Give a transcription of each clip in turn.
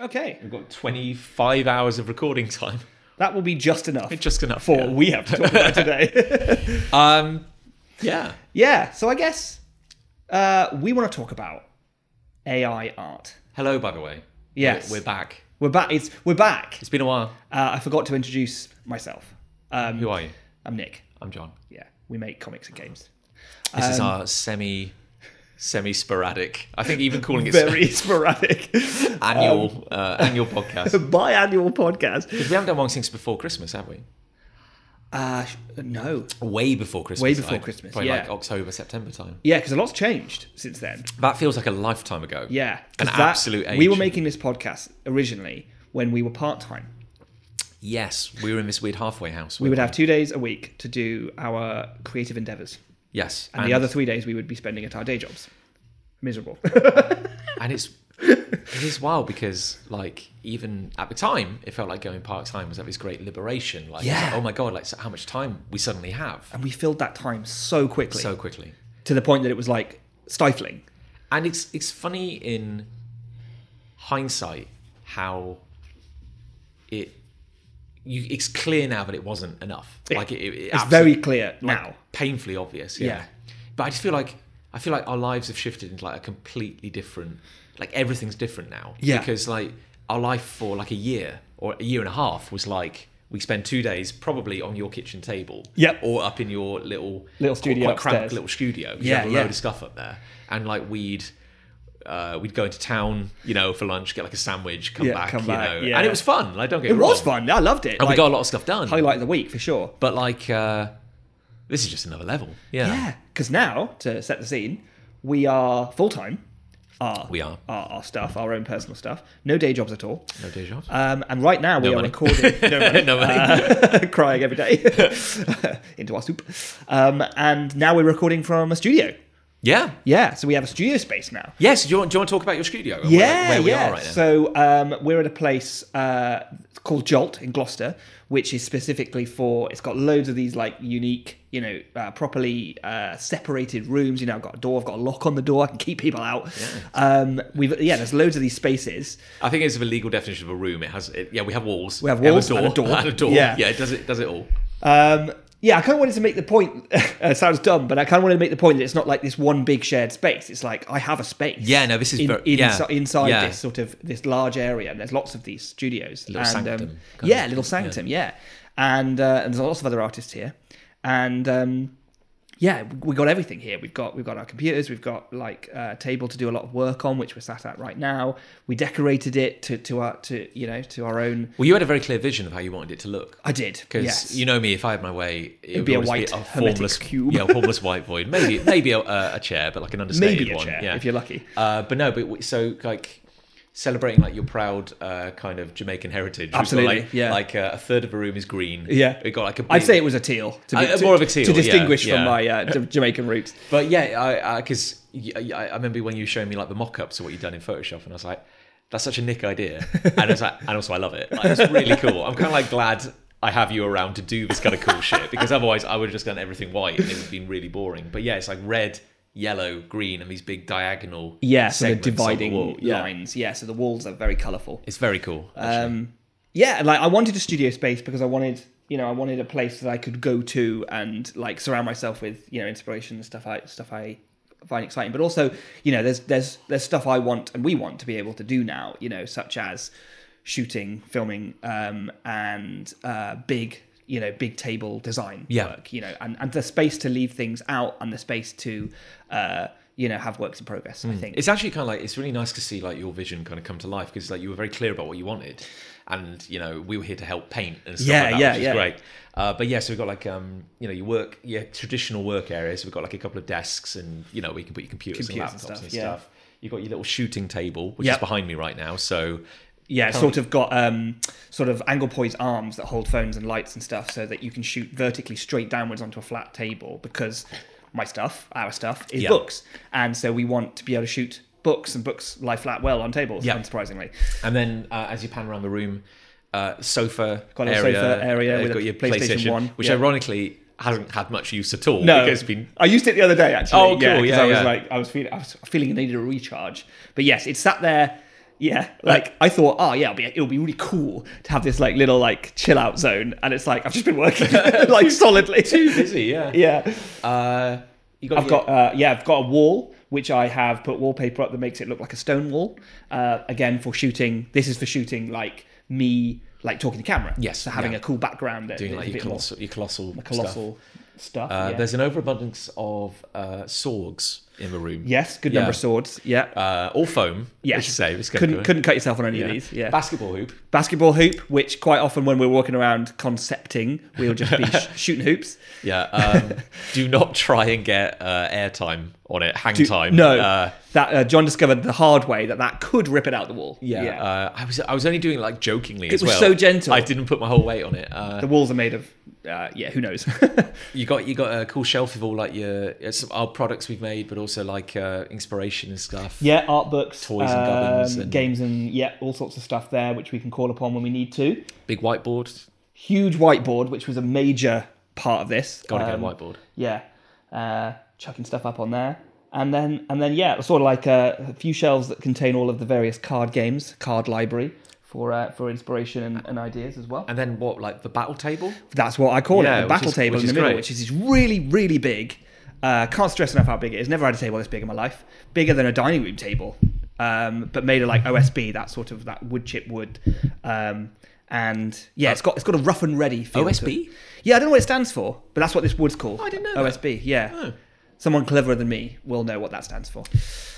Okay, We've got 25 hours of recording time. that will be just enough Just enough. for yeah. what we have to talk about today. Um, yeah. yeah, so I guess uh, we want to talk about AI art. Hello, by the way. Yes, We're back. We're back. It's we're back. It's been a while. Uh, I forgot to introduce myself. Um, Who are you? I'm Nick. I'm John. Yeah, we make comics and games. This Um, is our semi semi sporadic. I think even calling it Very um, sporadic, annual uh, annual podcast. biannual podcast. we haven't done one since before Christmas, have we? Uh, sh- no, Way before Christmas. Way before like, Christmas, Probably yeah. like October, September time. yeah, because a lot's changed since then. That feels like a lifetime ago. Yeah, 'cause An absolute We age. were making this podcast originally when we were part time. Yes, we were in this weird halfway house. We would have two days a week to do our creative endeavors, yes, and, the other three days we would be spending at our day jobs. Miserable. and it's it is wild because like even at the time it felt like going part time was like this great liberation like Yeah. oh my god like so how much time we suddenly have and we filled that time so quickly so quickly to the point that it was like stifling. and it's it's funny in hindsight how it you it's clear now that it wasn't enough like it, it, It's very clear now. painfully obvious. Yeah. Yeah. But I just feel like I feel like our lives have shifted into like a completely different like everything's different now. Yeah. Because like our life for like a year or a year and a half was like we spend two days probably on your kitchen table. Yep. Or up in your little Little studio quite cramped upstairs. little studio. You Yeah, have a yeah. load of stuff up there. And like we'd uh, we'd go into town, you know, for lunch, get like a sandwich, come Yeah, back, come you back, know. yeah. And it was fun. Like don't get It me was wrong. fun. I loved it. And we Like, got a lot of stuff done. highlight of the week for sure. but like uh this is just another level. Yeah, because now to set the scene, we are full time. Our, We are. our our stuff, our own personal stuff. No day jobs at all. No Um, day jobs. Um, and right now we are money. recording. No money. No money. Uh, crying every day into our soup. Um, and now we're recording from a studio. yeah. Yeah, so we have a studio space now. Yes. Do you, want, do you want to talk about your studio? and Yeah, Where, where we yeah. are right now. So um, we're at a place uh, called Jolt in Gloucester, which is specifically for. It's got loads of these like unique, you know, uh, properly uh, separated rooms. You know, I've got a door, I've got a lock on the door, I can keep people out. Um, we've yeah, there's loads of these spaces. I think it's the legal definition of a room. It has. It, yeah, we have walls. We have walls and a door. And a door. Yeah. Yeah. It does it. Does it all. Um, yeah, I kind of wanted to make the point. it sounds dumb, but I kind of wanted to make the point that it's not like this one big shared space. It's like I have a space. Yeah, no, this is in, ver- in- yeah. inside Yeah. this sort of this large area, and there's lots of these studios. Little and, sanctum Um, kind yeah, of little thing, yeah. sanctum. Yeah, and uh, and there's lots of other artists here, and. Um, yeah, we got everything here. We've got we've got our computers. We've got like uh, a table to do a lot of work on, which we're sat at right now. We decorated it to to our to you know to our own. Well, you had a very clear vision of how you wanted it to look. I did Because yes. you know me, if I had my way, it would be a always white be a hermetic formless cube. Yeah, a formless white void. Maybe maybe a, a, a chair, but like an understated maybe a one. chair yeah. if you're lucky. Uh, but no, but w- so like celebrating like your proud uh, kind of Jamaican heritage. We've got, Absolutely, like, yeah. Like uh, a third of the room is green. Yeah. we got like a. I'd say it was a teal. To Uh, more of a teal, to yeah, distinguish from yeah. my uh, J- Jamaican roots. But yeah, because I, I, I remember when you showed me like the mock-ups of what you'd done in Photoshop, and I was like, "That's such a Nick idea," and it's like, and also I love it. Like, it's really cool. I'm kind of like glad I have you around to do this kind of cool shit because otherwise I would have just done everything white and it would have been really boring. But yeah, it's like red, yellow, green, and these big diagonal Yeah, so the segments on the dividing wall. Yeah. lines. Yeah, so the walls are very colourful. It's very cool. actually. Um, yeah, like I wanted a studio space because I wanted, you know, I wanted a place that I could go to and like surround myself with, you know, inspiration and stuff I stuff I find exciting. But also, you know, there's there's there's stuff I want and we want to be able to do now, you know, such as shooting, filming, um, and uh, big, you know, big table design Yeah. work, you know, and, and the space to leave things out and the space to, uh, you know, have works in progress. I think Hmm. It's actually kind of like it's really nice to see like your vision kind of come to life because like you were very clear about what you wanted, and you know we were here to help paint and stuff Yeah, like that, yeah, which yeah. is great. Uh, but yeah, so we've got like um you know your work your traditional work areas. We've got like a couple of desks and you know we can put your computers, Computers and and laptops stuff, and yeah. stuff. You've got your little shooting table which Yep. is behind me right now. So Yeah, it's sort of got um, sort of angle poise arms that hold phones and lights and stuff, so that you can shoot vertically straight downwards onto a flat table. Because my stuff, our stuff, is Yeah. books, and so we want to be able to shoot books, and books lie flat well on tables, Yeah. unsurprisingly. and then uh, as you pan around the room, uh, sofa Got a area, little sofa area uh, with a got your PlayStation 1, which yeah. ironically hasn't had much use at all. No, because it's been I used it the other day actually. Oh, cool, 'cause yeah, I was yeah. like, I was feeling, I was feeling it needed a recharge. But yes, it sat there. Yeah, like I thought, oh yeah, it'll be it'll be really cool to have this like little like chill out zone, and it's like I've just been working like solidly. Too busy, yeah. Yeah, Uh, you got I've got uh, yeah, I've got a wall which I have put wallpaper up that makes it look like a stone wall. Uh, again, for shooting. This is for shooting like me like talking to camera. Yes, so having yeah. a cool background that, doing that's like a your bit more colossal, your colossal, stuff. colossal stuff. Uh, yeah. There's an overabundance of uh, sorgs in the room. Yes, good Yeah. number of swords. Yeah. Uh, all foam. Yes. I should say. It's couldn't good. couldn't cut yourself on any Yeah. of these. Yeah. Basketball hoop. Basketball hoop, which quite often when we're walking around concepting, we'll just be sh- shooting hoops. Yeah. Um, do not try and get uh, airtime on it. Hang time. No, Uh, that uh, John discovered the hard way that that could rip it out the wall. yeah. Uh, I was I was only doing it, like jokingly as was well. so gentle. I didn't put my whole weight on it. Uh, the walls are made of, uh, yeah, who knows? You got you got a cool shelf of all like your it's some our products we've made, but also like uh, inspiration and stuff. yeah, art books, um, Toys and gubbins and- games, and yeah, all sorts of stuff there, which we can call upon when we need to. Big whiteboard. Huge whiteboard, which was a major part of this. Gotta Um, get a whiteboard. yeah, uh, chucking stuff up on there, and then and then yeah, sort of like a, a few shelves that contain all of the various card games, card library for uh, for inspiration and, and ideas as well. And then what like the battle table? That's what I call Yeah, it, which the battle is- table which in is the middle, great. which is this really really big. Uh, can't stress enough how big it is. Never had a table this big in my life, bigger than a dining room table, um, but made of like OSB, that sort of that wood chip wood. Um, and yeah, it's got it's got a rough and ready feel. to it. OSB? Yeah, I don't know what it stands for, but that's what this wood's called. Oh, I didn't know that. OSB. Yeah. Oh. Someone cleverer than me will know what that stands for.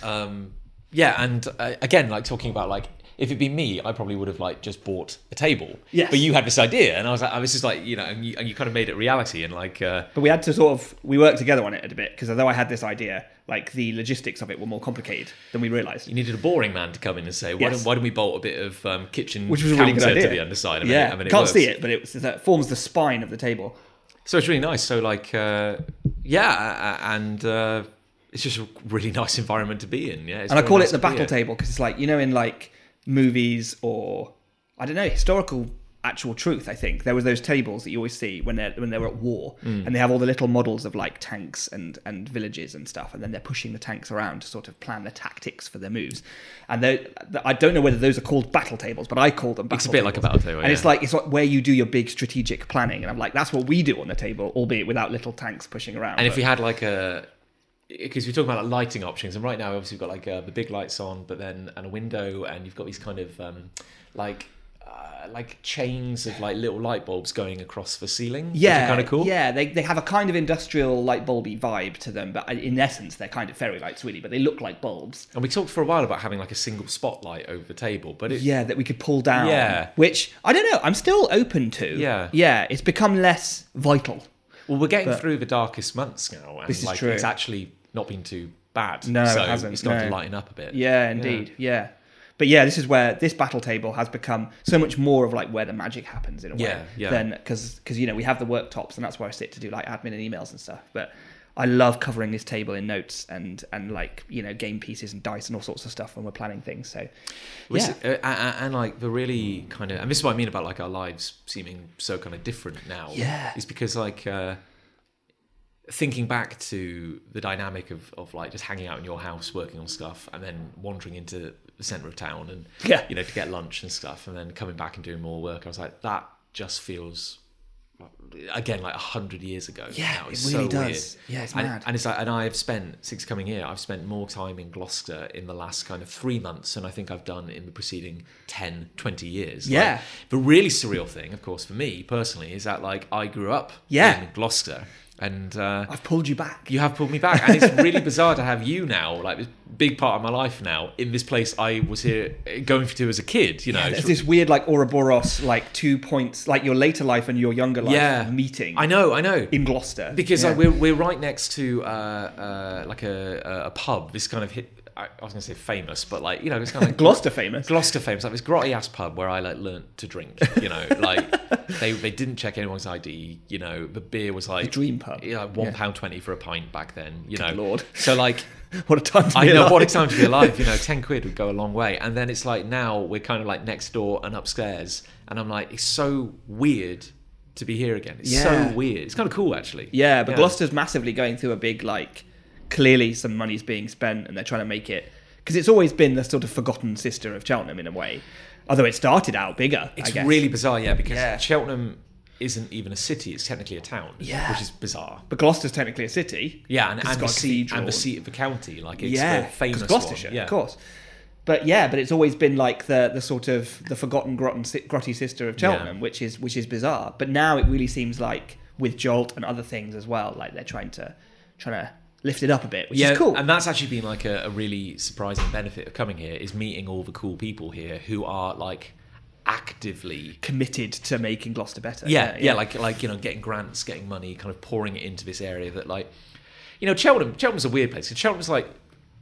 Um, yeah, and uh, again, like talking about like if it'd been me, I probably would have like just bought a table. Yes. But you had this idea, and I was like, oh, this is like you know, and you, and you kind of made it reality, and like uh, But we had to sort of we worked together on it a bit because although I had this idea, like the logistics of it were more complicated than we realised. you needed a boring man to come in and say, why Yes. don't why don't we bolt a bit of um, kitchen Which was a really good counter idea. to the underside? and yeah, then- and then can't works. see it, but it, was, it forms the spine of the table. So it's really nice. So like, uh, yeah, a- a- and uh, it's just a really nice environment to be in. Yeah, it's and I really call nice it the to be battle in. table because it's like you know in like movies or I don't know historical actual truth. I think there was those tables that you always see when they're when they were at war, Mm. and they have all the little models of like tanks and and villages and stuff, and then they're pushing the tanks around to sort of plan the tactics for their moves. And they- I don't know whether those are called battle tables, but I call them. Battle It's a bit like a tables. battle table, and it's yeah. like it's like where you do your big strategic planning. And I'm like, that's what we do on the table, albeit without little tanks pushing around. And if but- we had like a, because we're talking about like lighting options, and right now obviously we've got like uh, the big lights on, but then and a window, and you've got these kind of um, like. Uh, like chains of like little light bulbs going across the ceiling, which yeah, are kind of cool. Yeah, they, they have a kind of industrial light bulby vibe to them, but uh, in essence, they're kind of fairy lights, really. But they look like bulbs. And we talked for a while about having like a single spotlight over the table, but it, Yeah, that we could pull down. Yeah. which I don't know. I'm still open to. Yeah. yeah. It's become less vital. Well, we're getting through the darkest months now, and This is like true. it's actually not been too bad. No, it so hasn't, It's going to no. lighten up a bit. Yeah, indeed. Yeah. But yeah, this is where this battle table has become so much more of like where the magic happens in a way. Yeah, yeah. Than because because you know we have the worktops and that's where I sit to do like admin and emails and stuff. But I love covering this table in notes and and like you know game pieces and dice and all sorts of stuff when we're planning things. So Which- yeah, uh, and, and like the really kind of, and this is what I mean about like our lives seeming so kind of different now. Yeah. is because like uh, thinking back to the dynamic of of like just hanging out in your house, working on stuff, and then wandering into the center of town and Yeah. you know to get lunch and stuff, and then coming back and doing more work. I was like, that just feels again like a hundred years ago. Yeah, now. it It's really so does. weird. Yeah, it's and, mad. And it's like, and I've spent since coming here, I've spent more time in Gloucester in the last kind of three months than I think I've done in the preceding 10, 20 years. Like, Yeah. the really surreal thing, of course, for me personally, is that like I grew up Yeah. in Gloucester, and uh, I've pulled you back. you have pulled me back, and it's really bizarre to have you now, like this big part of my life now, in this place I was here uh, going to as a kid. You know, There's It's- this weird like Ouroboros like two points like your later life and your younger life Yeah. meeting I know, I know. in Gloucester because Yeah. like, we're we're right next to uh, uh, like a a pub. This kind of hit. I I was gonna say famous, but like you know, it's kind of like Gloucester famous. Gloucester famous, like this grotty ass pub where I like learnt to drink. You know, like they they didn't check anyone's ID. You know, the beer was like dream pub. Yeah, like one pound twenty for a pint back then. You know, Lord. So like. what a time to I be know alive. what a time to be alive. You know, ten quid would go a long way. And then it's like now we're kind of like next door and upstairs, and I'm like, it's so weird to be here again. It's Yeah. so weird. It's kind of cool actually. Yeah, but Gloucester's massively going through a big like. Clearly, some money's being spent, and they're trying to make it because it's always been the sort of forgotten sister of Cheltenham in a way. Although it started out bigger, I It's guess. really bizarre, yeah, because Yeah. Cheltenham isn't even a city; it's technically a town, Yeah. which is bizarre. But Gloucester's technically a city. Yeah, 'Cause and, it's and, the got a seat, cathedral. and the seat of the county, like it's yeah, the famous 'cause Gloucestershire, one. Yeah. of course. But yeah, but it's always been like the the sort of the forgotten grotten, si- grotty sister of Cheltenham, which is which is bizarre. But now it really seems like with Jolt and other things as well, like they're trying to trying to lift it up a bit, which yeah, is cool. and that's actually been like a, a really surprising benefit of coming here is meeting all the cool people here who are like actively Committed to making Gloucester better. yeah, yeah, like like you know, getting grants, getting money, kind of pouring it into this area that like, you know, Cheltenham. Cheltenham's a weird place. 'cause Cheltenham's like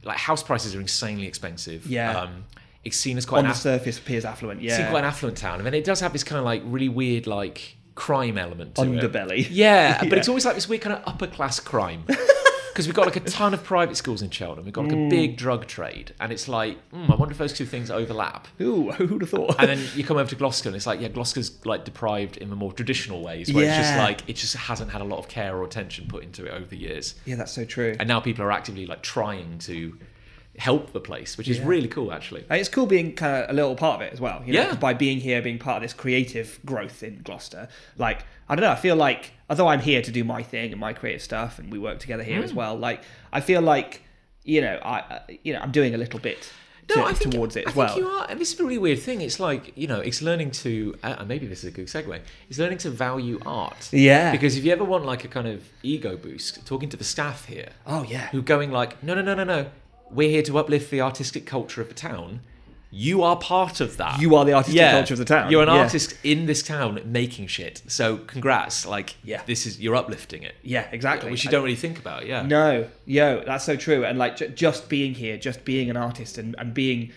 like house prices are insanely expensive. Yeah. um, it's seen as quite on an the aff- surface appears affluent. seen quite an Yeah, affluent town, and then it does have this kind of like really weird like crime element to it. underbelly. Yeah, but Yeah. it's always like this weird kind of upper class crime. Because we've got like a ton of private schools in Cheltenham. We've got like Mm. a big drug trade. And it's like, mm, I wonder if those two things overlap. Ooh, who'd have thought? And then you come over to Gloucester and it's like, yeah, Gloucester's like deprived in the more traditional ways where it's just Yeah. like, it just hasn't had a lot of care or attention put into it over the years. yeah, that's so true. And now people are actively like trying to help the place, which is Yeah. really cool actually. And it's cool being kind of a little part of it as well. You know, Yeah. By being here, being part of this creative growth in Gloucester. Like, I don't know, I feel like, although I'm here to do my thing and my creative stuff and we work together here Hmm. as well, like, I feel like, you know, I, uh, you know, I'm doing a little bit to, I think- towards it as I well. Think you are. And this is a really weird thing. It's like you know, it's learning to. Uh, and maybe this is a good segue. It's learning to value art. Yeah. Because if you ever want like a kind of ego boost, talking to the staff here, Oh, yeah. who going like, no, no, no, no, no, we're here to uplift the artistic culture of the town. You are part of that. You are the artistic culture of the town. You're an Yeah. artist in this town making shit. So congrats. Like, Yeah. this is you're uplifting it, Yeah, exactly. which you I- don't really think about. Yeah. No, yo, that's so true. And like ju- just being here, just being an artist, and, and being,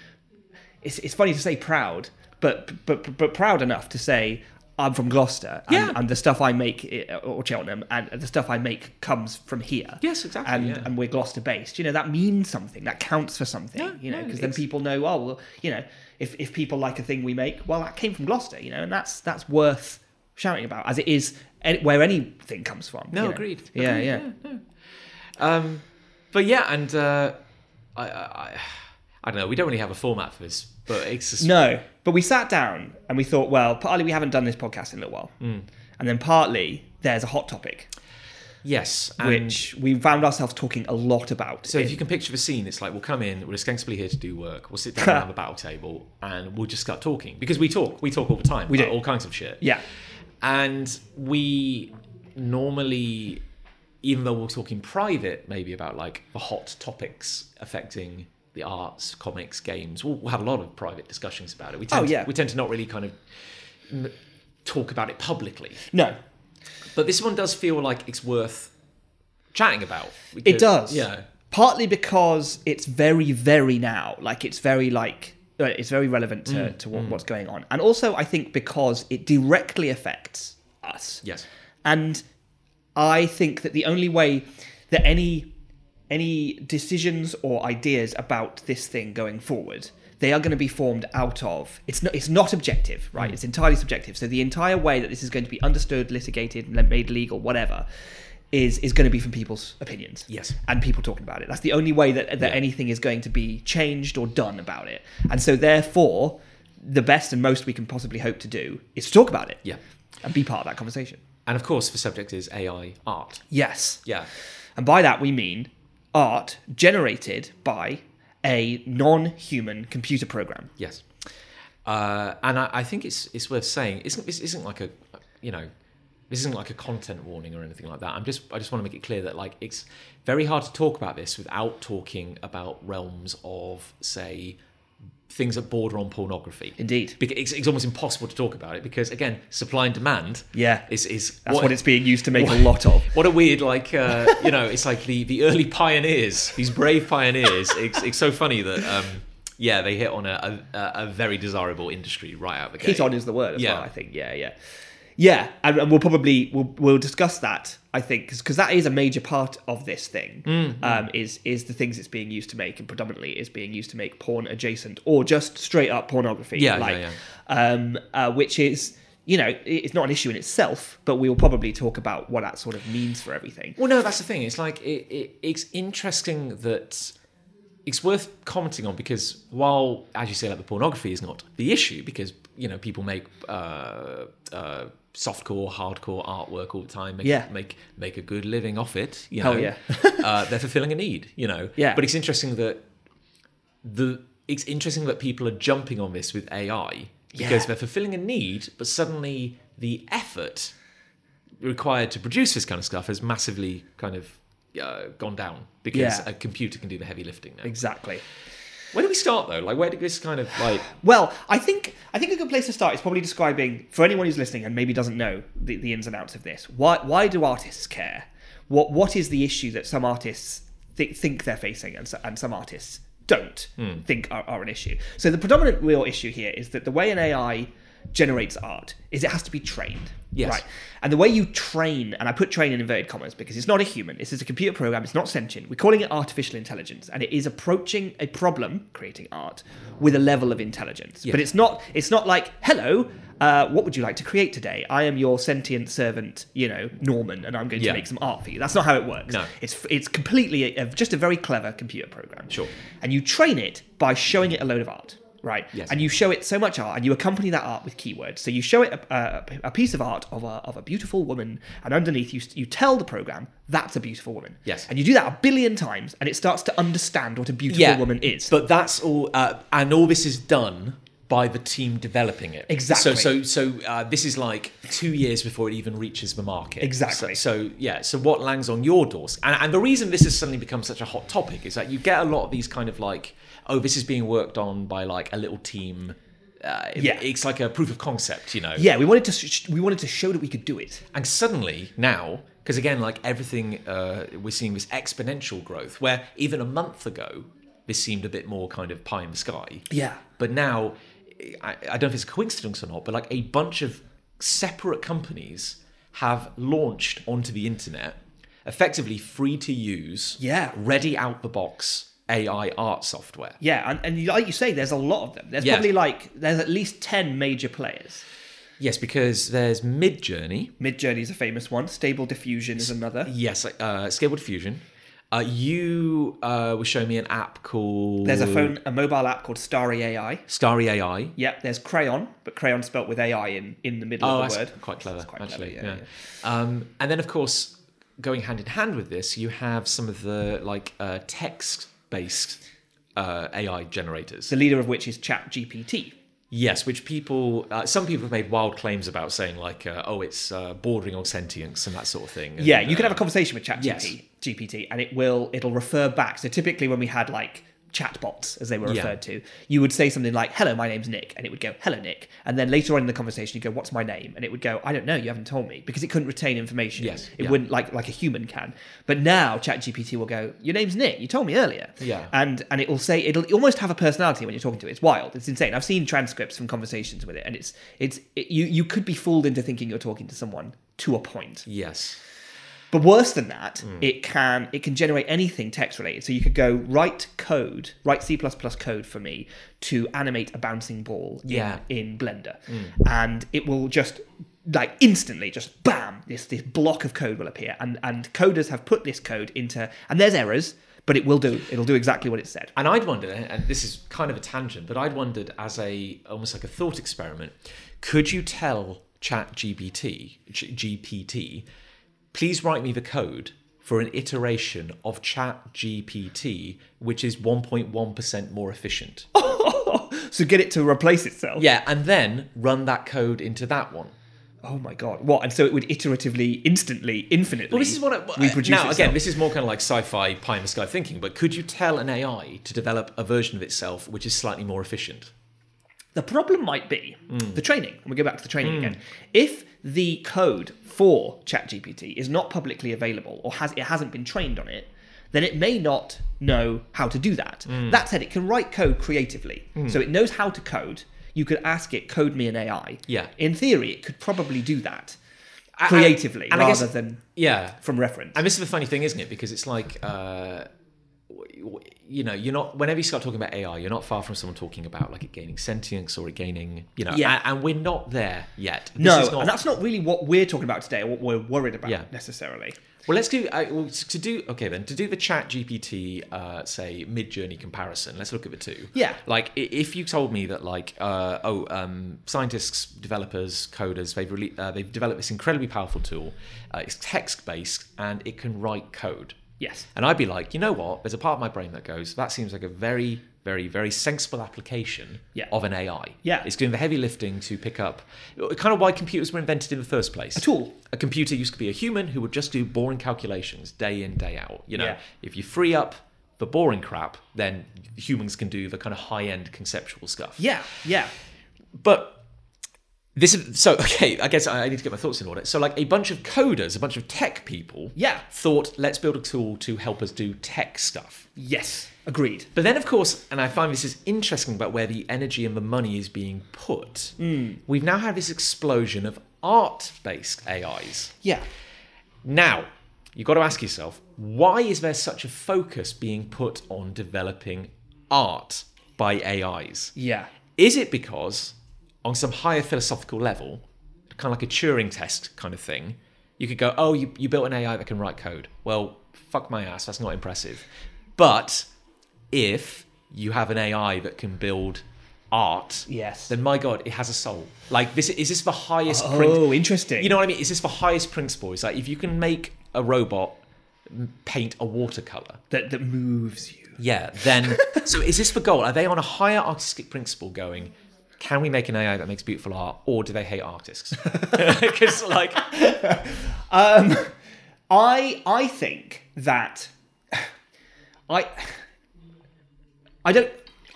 it's, it's funny to say proud, but but but proud enough to say I'm from Gloucester, and, Yeah. and the stuff I make i- or Cheltenham, and the stuff I make comes from here. Yes, exactly, And yeah. and we're Gloucester based. You know that means something. That counts for something. No, you know no, because then it's- people know. Oh well, you know if if people like a thing we make, well that came from Gloucester. You know, and that's that's worth shouting about as it is any, where anything comes from. No, you know. agreed. Yeah, Agreed, yeah. no. Um, but yeah, and uh, I, I, I- I don't know. We don't really have a format for this, but it's just, No, but we sat down and we thought, well, partly we haven't done this podcast in a little while, Hmm. and then partly there's a hot topic yes. And which we found ourselves talking a lot about. so if in- you can picture the scene, it's like we'll come in, we're ostensibly here to do work. We'll sit down around the battle table, and we'll just start talking because we talk, we talk all the time. We do. all kinds of shit. yeah, and we normally even though we're talking private maybe about like the hot topics affecting the arts comics games we'll, we'll have a lot of private discussions about it we tend, Oh, yeah. to, we tend to not really kind of n- talk about it publicly no, but this one does feel like it's worth chatting about it does. yeah partly because it's very, very now. Like it's very like uh, it's very relevant to Hmm. to what, what's going on, and also I think because it directly affects us. yes and i think that the only way that any any decisions or ideas about this thing going forward they are going to be formed out of it's not it's not objective right it's entirely subjective so the entire way that this is going to be understood litigated le- made legal whatever is is going to be from people's opinions Yes. and people talking about it that's the only way that that anything is going to be changed or done about it and so therefore the best and most we can possibly hope to do is to talk about it yeah and be part of that conversation and of course the subject is ai art Yes. yeah And by that we mean art generated by a non human computer program. Yes, uh, and I, I think it's it's worth saying. Isn't this isn't like a you know this isn't like a content warning or anything like that. I'm just I just want to make it clear that like it's very hard to talk about this without talking about realms of say things that border on pornography. Indeed. Beca- It's, it's almost impossible to talk about it because again, supply and demand. Yeah. is is That's what, it's being used to make a lot of. What a weird, like, uh, you know, it's like the, the early pioneers, these brave pioneers. It's, it's so funny that, um, yeah, they hit on a, a, a very desirable industry right out the gate. Hit on is the word as Yeah. well, I think. Yeah, yeah. Yeah, and, and we'll probably we'll, we'll discuss that I think because that is a major part of this thing Mm-hmm. um, is is the things it's being used to make and predominantly is being used to make porn adjacent or just straight up pornography Yeah, yeah, like yeah. um, uh, which is you know i- it's not an issue in itself, but we'll probably talk about what that sort of means for everything. Well, no, that's the thing. It's like, it, it, it's interesting that it's worth commenting on because while, as you say, like the pornography is not the issue because you know people make uh, uh, softcore, hardcore artwork all the time. Make, Yeah. make make a good living off it. You know, Hell yeah. uh, they're fulfilling a need. You know, Yeah. But it's interesting that the it's interesting that people are jumping on this with AI because Yeah. they're fulfilling a need, but suddenly the effort required to produce this kind of stuff has massively kind of uh, gone down because Yeah. a computer can do the heavy lifting now. Exactly. Where do we start though? Like, where did this kind of like? Well, I think I think a good place to start is probably describing for anyone who's listening and maybe doesn't know the, the ins and outs of this. Why why do artists care? What what is the issue that some artists thi- think they're facing and so, and some artists don't think are, are an issue? So the predominant real issue here is that the way an AI generates art is it has to be trained. Yes. Right. And the way you train, and I put train in inverted commas because it's not a human, this is a computer program, it's not sentient. We're calling it artificial intelligence, and it is approaching a problem, creating art, with a level of intelligence. But it's not it's not like, hello, uh, what would you like to create today? I am your sentient servant, you know, Norman, and I'm going Yeah. to make some art for you. That's not how it works. No. It's it's completely a, just a very clever computer program. Sure. And you train it by showing it a load of art, right? Yes. And you show it so much art, and you accompany that art with keywords. So you show it a, a, a piece of art of a, of a beautiful woman, and underneath you you tell the program that's a beautiful woman. Yes. And you do that a billion times, and it starts to understand what a beautiful woman is. But that's all, uh, and all this is done by the team developing it. Exactly. So, so, so uh, this is like two years before it even reaches the market. Exactly. So, so yeah. So what lands on your doors, and, and the reason this has suddenly become such a hot topic is that you get a lot of these kind of like, oh, this is being worked on by like a little team. Uh, Yeah. It's like a proof of concept, you know. yeah, we wanted to sh- we wanted to show that we could do it. And suddenly now, because again, like everything, uh, we're seeing this exponential growth where even a month ago, this seemed a bit more kind of pie in the sky. Yeah. But now, I, I don't know if it's a coincidence or not, but like a bunch of separate companies have launched onto the internet effectively free to use, Yeah. ready out the box AI art software. Yeah, and, and like you say, there's a lot of them. There's Yeah. probably like there's at least ten major players. Yes, because there's Midjourney. Midjourney is a famous one. Stable Diffusion is another. Yes, like, uh, Scalable Diffusion. Uh, you uh, were showing me an app called There's a phone, a mobile app called Starry AI. Starry AI. Yep, there's crayon, but crayon spelt with AI in, in the middle Oh, of that's the word. quite clever, That's quite actually. clever, yeah, yeah. Um, and then, of course, going hand in hand with this, you have some of the like uh, text-based uh, AI generators. The leader of which is ChatGPT. Yes, which people, uh, some people have made wild claims about, saying like, uh, "Oh, it's uh, bordering on sentience" and that sort of thing. And, Yeah, you uh, can have a conversation with ChatGPT, yes. GPT, and it will it'll refer back. So typically, when we had like chatbots as they were Yeah. referred to, you would say something like, "Hello, my name's Nick," and it would go, "Hello, Nick," and then later on in the conversation, you go, "What's my name?" and it would go, "I don't know. You haven't told me," because it couldn't retain information. Yes, it yeah. wouldn't like like a human can. But now ChatGPT will go, "Your name's Nick. You told me earlier." Yeah. and and it will say it'll almost have a personality when you're talking to it. It's wild. It's insane. I've seen transcripts from conversations with it, and it's it's it, you you could be fooled into thinking you're talking to someone to a point. Yes. But worse than that, Hmm. it can it can generate anything text related. So you could go write code, write C code for me to animate a bouncing ball in- Yeah. Hmm. in, Blender. And it will just like instantly just bam, this this block of code will appear. And and coders have put this code into and there's errors, but it will do it'll do exactly what it said. And I'd wondered, and this is kind of a tangent, but I'd wondered as a almost like a thought experiment, could you tell Chat GPT, GPT, please write me the code for an iteration of Chat GPT which is 1.1% more efficient? so get it to replace itself. Yeah, and then run that code into that one. Oh my god. What? And so it would iteratively, instantly, infinitely Well, this is what I, reproduce now itself. again. This is more kind of like sci-fi pie in the sky thinking. But could you tell an AI to develop a version of itself which is slightly more efficient? The problem might be Mm. the training. And we go back to the training again. If the code for ChatGPT is not publicly available or has it hasn't been trained on it, then it may not know how to do that. Mm. That said, it can write code creatively. So it knows how to code. You could ask it, code me an AI. Yeah. In theory, it could probably do that I- creatively and I rather guess- than Yeah, from reference. And this is the funny thing, isn't it? Because it's like, uh, w- w- you know, you're not. Whenever you start talking about AI, you're not far from someone talking about like it gaining sentience or it gaining, you know. Yeah. a- And, we're not there yet. This no, is not- and that's not really what we're talking about today or what we're worried about Yeah. necessarily. Well, let's do I well, to do okay then to do the Chat GPT uh, say mid journey comparison. Let's look at the two. Yeah. Like i- if you told me that like uh, oh um, scientists, developers, coders they've rele- uh, they've developed this incredibly powerful tool. Uh, it's text based and it can write code. Yes. And I'd be like, you know what? There's a part of my brain that goes, that seems like a very, very, very sensible application Yeah. of an AI. Yeah. It's doing the heavy lifting to pick up kind of why computers were invented in the first place. A tool. A computer used to be a human who would just do boring calculations day in, day out. You know, Yeah. if you free up the boring crap, then humans can do the kind of high end conceptual stuff. Yeah. Yeah. But this is so okay. I guess I I need to get my thoughts in order. So, like a bunch of coders, a bunch of tech people, Yeah. thought let's build a tool to help us do tech stuff. Yes. Agreed. But then, of course, and I find this is interesting about where the energy and the money is being put. We've now had this explosion of art-based AIs. Yeah. Now, you've got to ask yourself, why is there such a focus being put on developing art by AIs? Yeah. Is it because, on some higher philosophical level, kind of like a Turing test kind of thing, you could go, oh, you, you built an AI that can write code. Well, fuck my ass, that's not impressive. But if you have an AI that can build art, Yes. then my God, it has a soul. Like, this is this the highest prin- Oh, interesting. You know what I mean? Is this the highest principle? It's like if you can make a robot m- paint a watercolor, that that moves you. yeah, then. so is this the goal? Are they on a higher artistic principle going? Can we make an AI that makes beautiful art, or do they hate artists? Because like, I I think that I I don't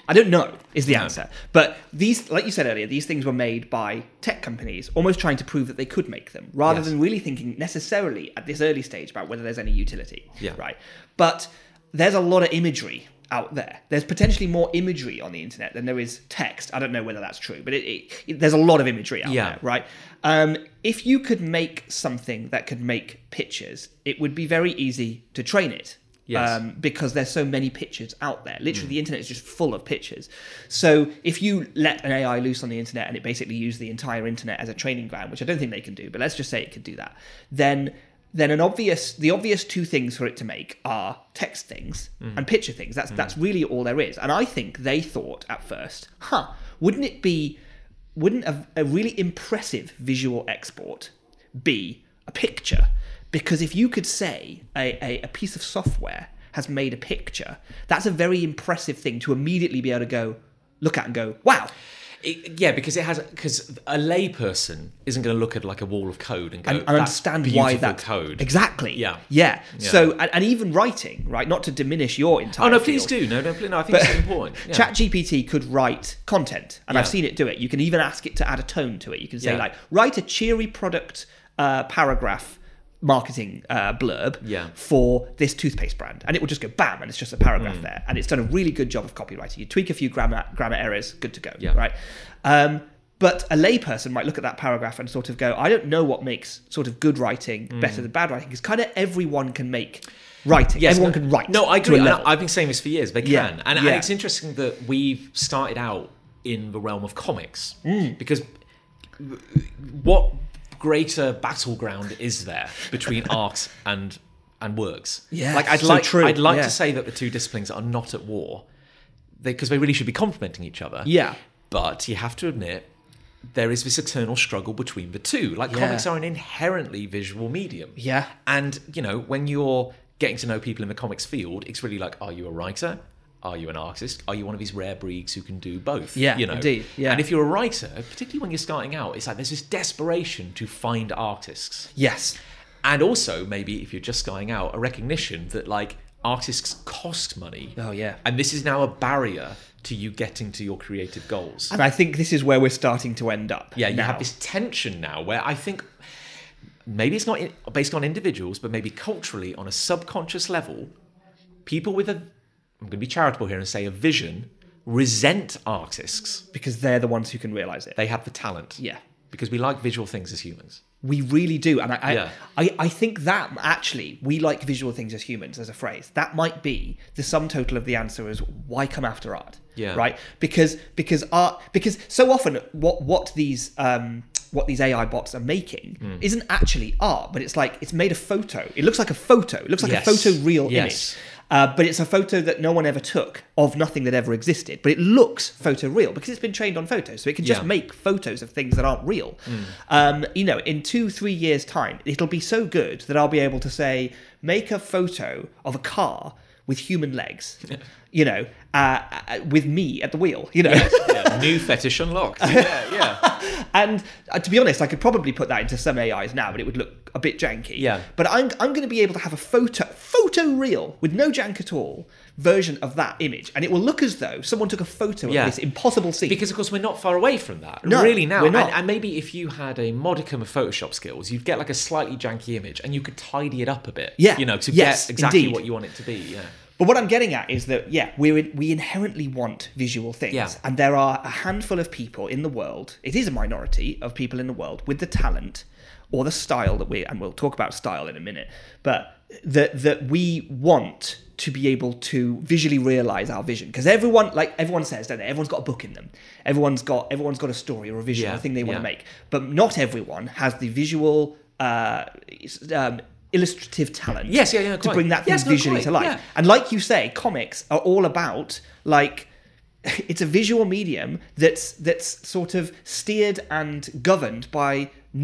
I don't know is the answer. But these like you said earlier, these things were made by tech companies almost trying to prove that they could make them rather Yes. than really thinking necessarily at this early stage about whether there's any utility. Yeah. Right. But there's a lot of imagery out there. There's potentially more imagery on the internet than there is text. I don't know whether that's true, but it, it, it- there's a lot of imagery out Yeah. there, right? Um, if you could make something that could make pictures, it would be very easy to train it. Yes. Mm. Um, because there's so many pictures out there. Literally, the internet is just full of pictures. So if you let an AI loose on the internet and it basically used the entire internet as a training ground, which I don't think they can do, but let's just say it could do that, then then an obvious the obvious two things for it to make are text things Mm. and picture things. That's that's really all there is. And I think they thought at first, huh, wouldn't it be wouldn't a, a really impressive visual export be a picture? Because if you could say a, a, a piece of software has made a picture, that's a very impressive thing to immediately be able to go look at and go, wow. it, yeah, because it has because a layperson isn't going to look at like a wall of code and go And, and Oh, "That's understand beautiful why that code. exactly Yeah. yeah. Yeah. So and, and even writing, right? Not to diminish your entire. Oh no, please field. do. No, no, pl- no. I think it's important. Yeah. ChatGPT could write content, and I've Yeah. seen it do it. You can even ask it to add a tone to it. You can say Yeah. like, write a cheery product uh, paragraph marketing uh, blurb Yeah. for this toothpaste brand, and it will just go bam, and it's just a paragraph Mm. there, and it's done a really good job of copywriting. You tweak a few grammar grammar errors, good to go, Yeah. right? Um, but a layperson might look at that paragraph and sort of go, I don't know what makes sort of good writing Mm. better than bad writing, because kind of everyone can make writing. Yes, everyone no- can write. No, I to a agree. And level. I- I've been saying this for years. They can, Yeah, and, and yeah. it's interesting that we've started out in the realm of comics Mm. because what greater battleground is there between art and and works? Yeah, like I'd so like true, I'd like yeah. to say that the two disciplines are not at war because they really should be complementing each other. Yeah. but you have to admit. There is this eternal struggle between the two. Like Yeah. comics are an inherently visual medium. Yeah. And, you know, when you're getting to know people in the comics field, it's really like, are you a writer? Are you an artist? Are you one of these rare breeds who can do both? Yeah, you know? indeed, yeah. And if you're a writer, particularly when you're starting out, it's like there's this desperation to find artists. yes. And also, maybe if you're just starting out, a recognition that, like, artists cost money. Oh, yeah. And this is now a barrier to you getting to your creative goals. And I think this is where we're starting to end up. Yeah, you now. have this tension now where I think maybe it's not in, based on individuals, but maybe culturally on a subconscious level, people with a, I'm going to be charitable here and say a vision, resent artists. because they're the ones who can realize it. They have the talent. Yeah, Because we like visual things as humans. we really do, and I, I, Yeah. I, I think that actually we like visual things as humans as a phrase. That might be the sum total of the answer is why come after art? Yeah. right. Because because art because so often what what these um, what these AI bots are making Hmm. isn't actually art, but it's like it's made a photo. It looks like a photo. It looks like Yes. a photo real Yes. image. Uh, but it's a photo that no one ever took of nothing that ever existed. But it looks photo real because it's been trained on photos. So it can just Yeah. make photos of things that aren't real. Um, you know, in two, three years' time, it'll be so good that I'll be able to say, make a photo of a car with human legs, you know, uh, uh, with me at the wheel, you know. Yeah, new fetish unlocked. Yeah, yeah. And uh, to be honest, I could probably put that into some AIs now, but it would look a bit janky. Yeah. But I'm, I'm going to be able to have a photo photo reel with no jank at all version of that image, and it will look as though someone took a photo Yeah. of this impossible scene. Because of course we're not far away from that. No, really now. we're not. And, and maybe if you had a modicum of Photoshop skills, you'd get like a slightly janky image and you could tidy it up a bit. Yeah. You know, to Yes, get exactly indeed. what you want it to be. Yeah. but what I'm getting at is that yeah, we in, we inherently want visual things, Yeah. and there are a handful of people in the world. It is a minority of people in the world with the talent or the style that we and we'll talk about style in a minute, but that that we want to be able to visually realize our vision because everyone like everyone says don't they everyone's got a book in them everyone's got everyone's got a story or a vision or Yeah, a thing they want to yeah. make but not everyone has the visual uh, s- um, illustrative talent Yes, yeah, yeah, to quite. bring that thing Yes, no, visually quite, to life yeah. and like you say, comics are all about like it's a visual medium that's that's sort of steered and governed by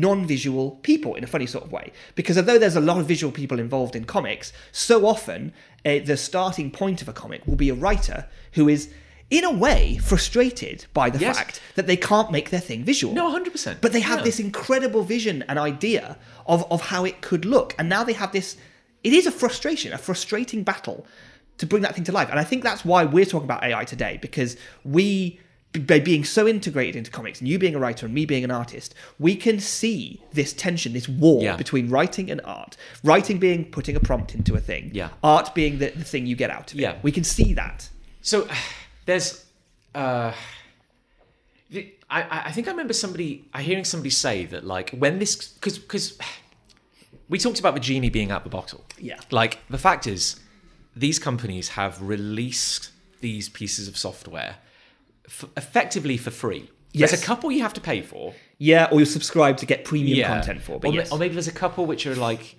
non-visual people in a funny sort of way. Because although there's a lot of visual people involved in comics, so often uh, the starting point of a comic will be a writer who is in a way frustrated by the Yes. fact that they can't make their thing visual. No, 100%. But they have Yeah. this incredible vision and idea of, of how it could look. And now they have this, it is a frustration, a frustrating battle to bring that thing to life. And I think that's why we're talking about AI today, because we, by being so integrated into comics, and you being a writer and me being an artist, we can see this tension, this war Yeah. between writing and art. Writing being putting a prompt into a thing, Yeah. art being the, the thing you get out of it. Yeah. We can see that. So there's, uh, the- I- I I think I remember somebody, I hearing somebody say that like when this because because we talked about the genie being out the bottle. Yeah. Like the fact is, these companies have released these pieces of software f- effectively for free. There's Yes. a couple you have to pay for. Yeah, or you subscribe to get premium content for. But or, ma- yes. or maybe there's a couple which are like,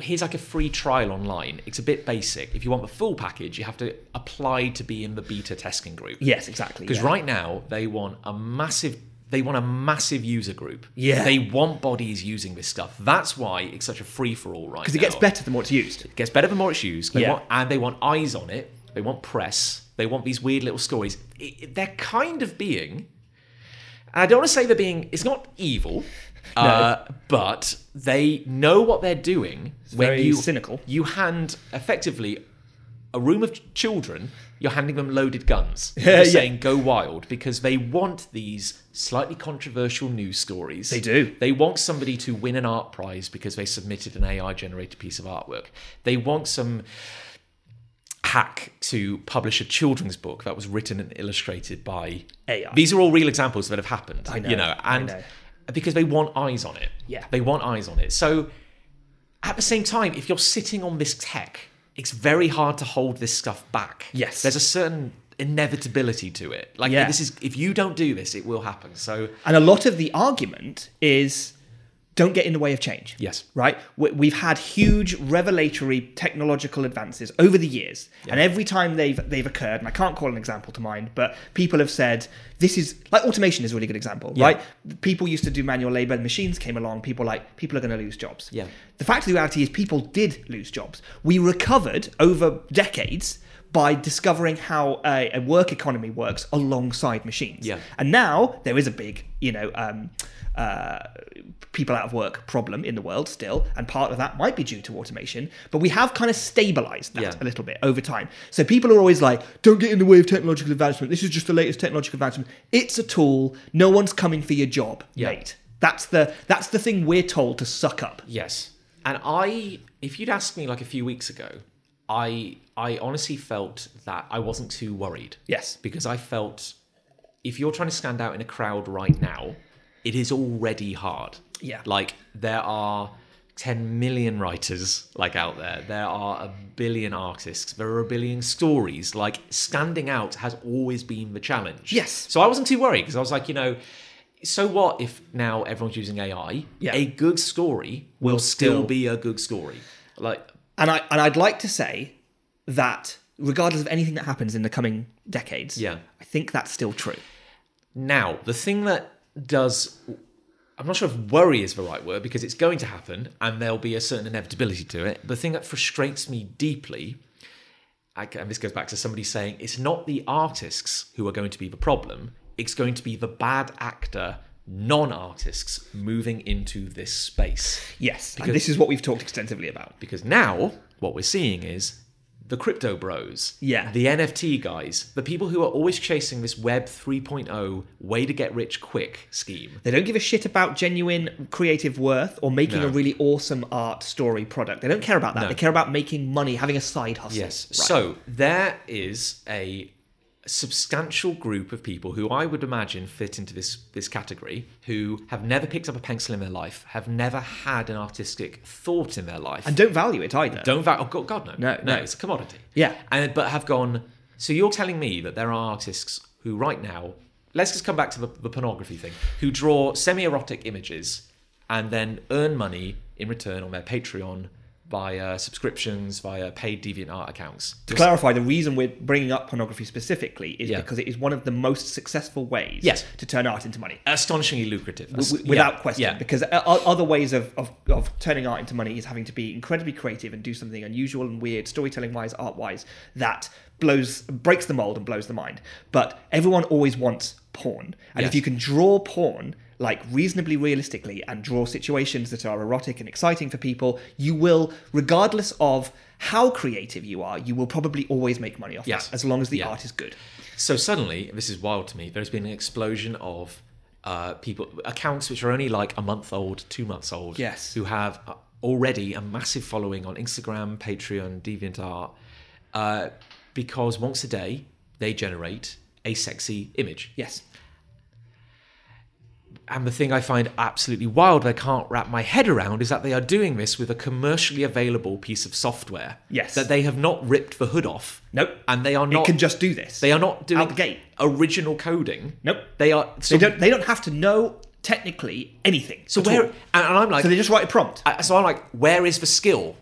here's like a free trial online. It's a bit basic. If you want the full package, you have to apply to be in the beta testing group. yes, exactly. Because yeah. right now they want a massive they want a massive user group. Yeah. They want bodies using this stuff. That's why it's such a free for all right Because it gets better the more it's used. It gets better the more it's used. They Yeah. want, and they want eyes on it. They want press. They want these weird little stories. It, it- they're kind of being and I don't want to say they're being it's not evil. Uh, but they know what they're doing when very you cynical. You hand effectively a room of ch- children, you're handing them loaded guns. yeah. You're saying go wild because they want these slightly controversial news stories. They do. They want somebody to win an art prize because they submitted an AI generated piece of artwork. They want some hack to publish a children's book that was written and illustrated by AI. These are all real examples that have happened. know, You know, I and know. because they want eyes on it. Yeah. They want eyes on it. So at the same time, if you're sitting on this tech, it's very hard to hold this stuff back. Yes. There's a certain inevitability to it. Like Yeah. this is if you don't do this, it will happen. So And a lot of the argument is don't get in the way of change. Yes. Right? We- We've had huge revelatory technological advances over the years. And every time they've they've occurred, and I can't call an example to mind, but people have said this is like automation is a really good example, right? People used to do manual labor, machines came along, people like people are going to lose jobs. Yeah. The fact of the reality is people did lose jobs. We recovered over decades by discovering how a, a work economy works alongside machines. Yeah. And now there is a big, you know, um, uh, people out of work problem in the world still, and part of that might be due to automation. But we have kind of stabilized that Yeah. a little bit over time. So people are always like, "Don't get in the way of technological advancement. This is just the latest technological advancement. It's a tool. No one's coming for your job, Yeah. mate." That's the that's the thing we're told to suck up. Yes. And I if you'd asked me like a few weeks ago, I I honestly felt that I wasn't too worried. Yes. Because I felt if you're trying to stand out in a crowd right now, it is already hard. Yeah. Like there are 10 million writers like out there. There are a billion artists. There are a billion stories. Like standing out has always been the challenge. Yes. So I wasn't too worried because I was like, you know, so what if now everyone's using AI? Yeah. A good story will still- still be a good story. Like And I and I'd like to say that regardless of anything that happens in the coming decades, Yeah. I think that's still true. now, the thing that does I'm not sure if worry is the right word because it's going to happen and there'll be a certain inevitability to it. The thing that frustrates me deeply I, and this goes back to somebody saying it's not the artists who are going to be the problem it's going to be the bad actor non-artists moving into this space Yes, and this is what we've talked extensively about. Because now what we're seeing is the crypto bros, Yeah. the NFT guys, the people who are always chasing this Web 3.0 way to get rich quick scheme. They don't give a shit about genuine creative worth or making No. a really awesome art story product. They don't care about that. They care about making money, having a side hustle. Yes. Right. So there is a substantial group of people who I would imagine fit into this this category who have never picked up a pencil in their life, have never had an artistic thought in their life. and don't value it either. Don't vow. Oh, God, God, no. No, no. It's a commodity. Yeah. And but have gone. So you're telling me that there are artists who, right now, let's just come back to the, the pornography thing, who draw semi-erotic images and then earn money in return on their Patreon via subscriptions via paid DeviantArt accounts. to clarify, the reason we're bringing up pornography specifically is Yeah. because it is one of the most successful ways Yes. to turn art into money. Astonishingly lucrative, w- Yeah, without question. Yeah. Because o- o- other ways of, of, of turning art into money is having to be incredibly creative and do something unusual and weird, storytelling wise, art wise, that blows breaks the mold and blows the mind. But everyone always wants porn, and if Yes. you can draw porn like reasonably realistically and draw situations that are erotic and exciting for people, you will, regardless of how creative you are, you will probably always make money off Yes. that as long as the Yeah. art is good. So suddenly, this is wild to me. There's been an explosion of uh, people accounts which are only like a month old, two months old. Yes. who have uh, already a massive following on Instagram, Patreon, DeviantArt, uh, because once a day they generate a sexy image. Yes. And the thing I find absolutely wild, that I can't wrap my head around, is that they are doing this with a commercially available piece of software. Yes. that they have not ripped the hood off. Nope. and they are not. it can just do this. They are not doing Out the gate. original coding. Nope. They are. So, They don't. They don't have to know technically anything. so at where? all. And, and I'm like. So they just write a prompt. I- so I'm like, where is the skill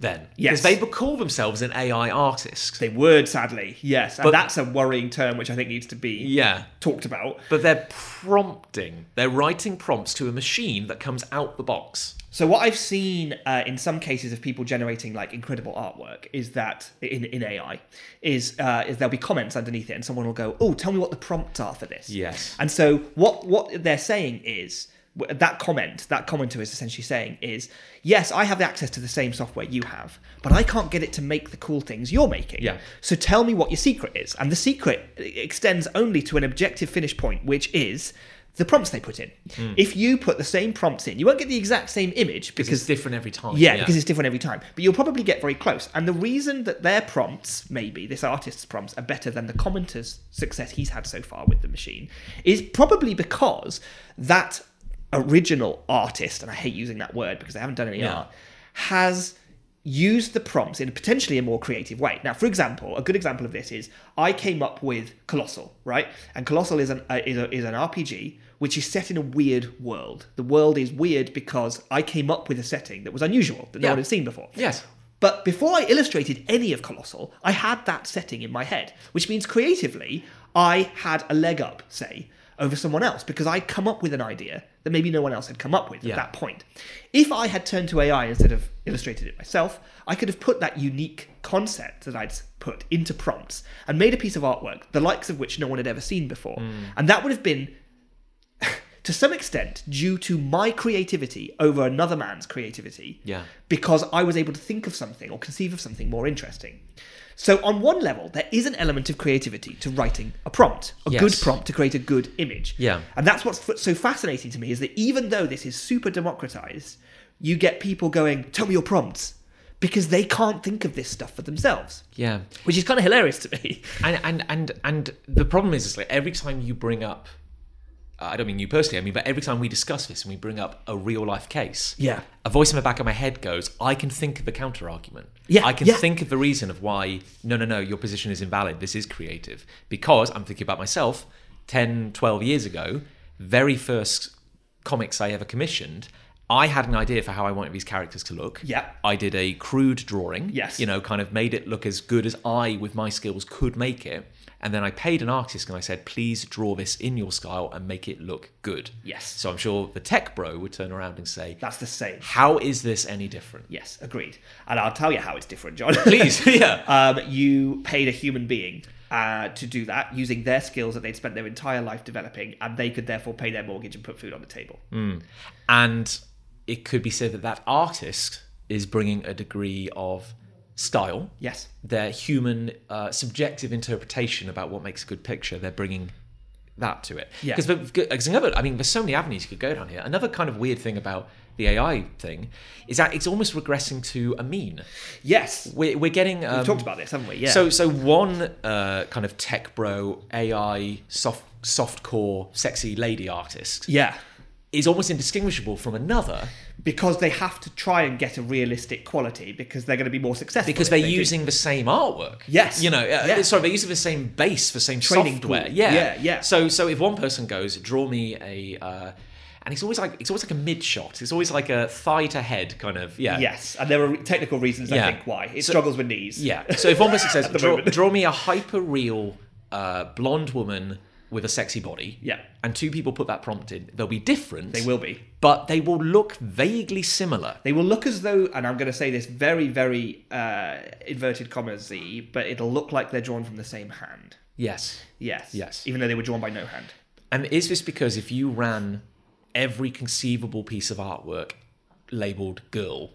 then? Yes. Because they would call themselves an AI artist. They would, sadly, yes, and that's a worrying term which I think needs to be yeah. talked about. But they're prompting. They're writing prompts to a machine that comes out the box. So what I've seen uh, in some cases of people generating like incredible artwork is that in, in AI is uh, is there'll be comments underneath it and someone will go, "Oh, tell me what the prompts are for this." Yes. And so what what they're saying is w- that comment that commenter is essentially saying is, "Yes, I have the access to the same software you have, but I can't get it to make the cool things you're making." Yeah. So tell me what your secret is. And the secret extends only to an objective finish point, which is the prompts they put in. If you put the same prompts in, you won't get the exact same image Because because it's different every time. yeah, because it's different every time. But you'll probably get very close. And the reason that their prompts, maybe this artist's prompts, are better than the commenter's success he's had so far with the machine is probably because that original artist, and I hate using that word because I haven't done any Yeah. art, has used the prompts in potentially a more creative way. Now, for example, a good example of this is I came up with Colossal, right? And Colossal is an uh, is, a, is an RPG which is set in a weird world. The world is weird because I came up with a setting that was unusual that no Yeah. one had seen before. Yes. But before I illustrated any of Colossal, I had that setting in my head, which means creatively, I had a leg up, say, over someone else because I'd come up with an idea that maybe no one else had come up with Yeah. at that point. If I had turned to AI instead of illustrated it myself, I could have put that unique concept that I'd put into prompts and made a piece of artwork, the likes of which no one had ever seen before. Mm. And that would have been to some extent due to my creativity over another man's creativity Yeah. because i was able to think of something or conceive of something more interesting so on one level there is an element of creativity to writing a prompt a Yes. good prompt to create a good image Yeah. and that's what's f- so fascinating to me is that even though this is super democratized you get people going tell me your prompts because they can't think of this stuff for themselves Yeah. which is kind of hilarious to me and and and and the problem is, is like every time you bring up uh, i don't mean you personally i mean but every time we discuss this and we bring up a real life case Yeah. a voice in the back of my head goes i can think of the counter argument Yeah, i can yeah. think of the reason of why no no no your position is invalid this is creative because i'm thinking about myself 10 12 years ago very first comics I ever commissioned, I had an idea for how I wanted these characters to look. Yep. I did a crude drawing. Yes. You know, kind of made it look as good as I, with my skills, could make it. And then I paid an artist and I said, please draw this in your style and make it look good. Yes. So I'm sure the tech bro would turn around and say, That's the same. how is this any different? Yes, agreed. And I'll tell you how it's different, John. Please, yeah. um, you paid a human being uh, to do that using their skills that they'd spent their entire life developing, and they could therefore pay their mortgage and put food on the table. Mm. And it could be said that that artist is bringing a degree of style. Yes. Their human uh, subjective interpretation about what makes a good picture, they're bringing that to it. Yeah. Because another, I mean, there's so many avenues you could go down here. Another kind of weird thing about the AI thing is that it's almost regressing to a mean. Yes. We're, we're getting. Um, We've talked about this, haven't we? Yeah. So, so one uh, kind of tech bro AI soft soft core sexy lady artist yeah. is almost indistinguishable from another Because they have to try and get a realistic quality because they're going to be more successful. because if they're they do using the same artwork. Yes. you know, uh, Yeah. sorry, they're using the same base, the same Training software. pool. Yeah, Yeah, yeah. So, so if one person goes, draw me a, uh, and it's always like it's always like a mid shot. It's always like a thigh to head kind of. Yeah, Yes, and there are technical reasons Yeah. I think why it So- struggles with knees. yeah. So if one person says, the draw, moment. draw me a hyper real uh, blonde woman with a sexy body. Yeah. And two people put that prompt in, they'll be different. they will be. but they will look vaguely similar. They will look as though, and I'm going to say this very, very uh, inverted commas y, but it'll look like they're drawn from the same hand. Yes. Yes. Yes. Even though they were drawn by no hand. And is this because if you ran every conceivable piece of artwork labeled girl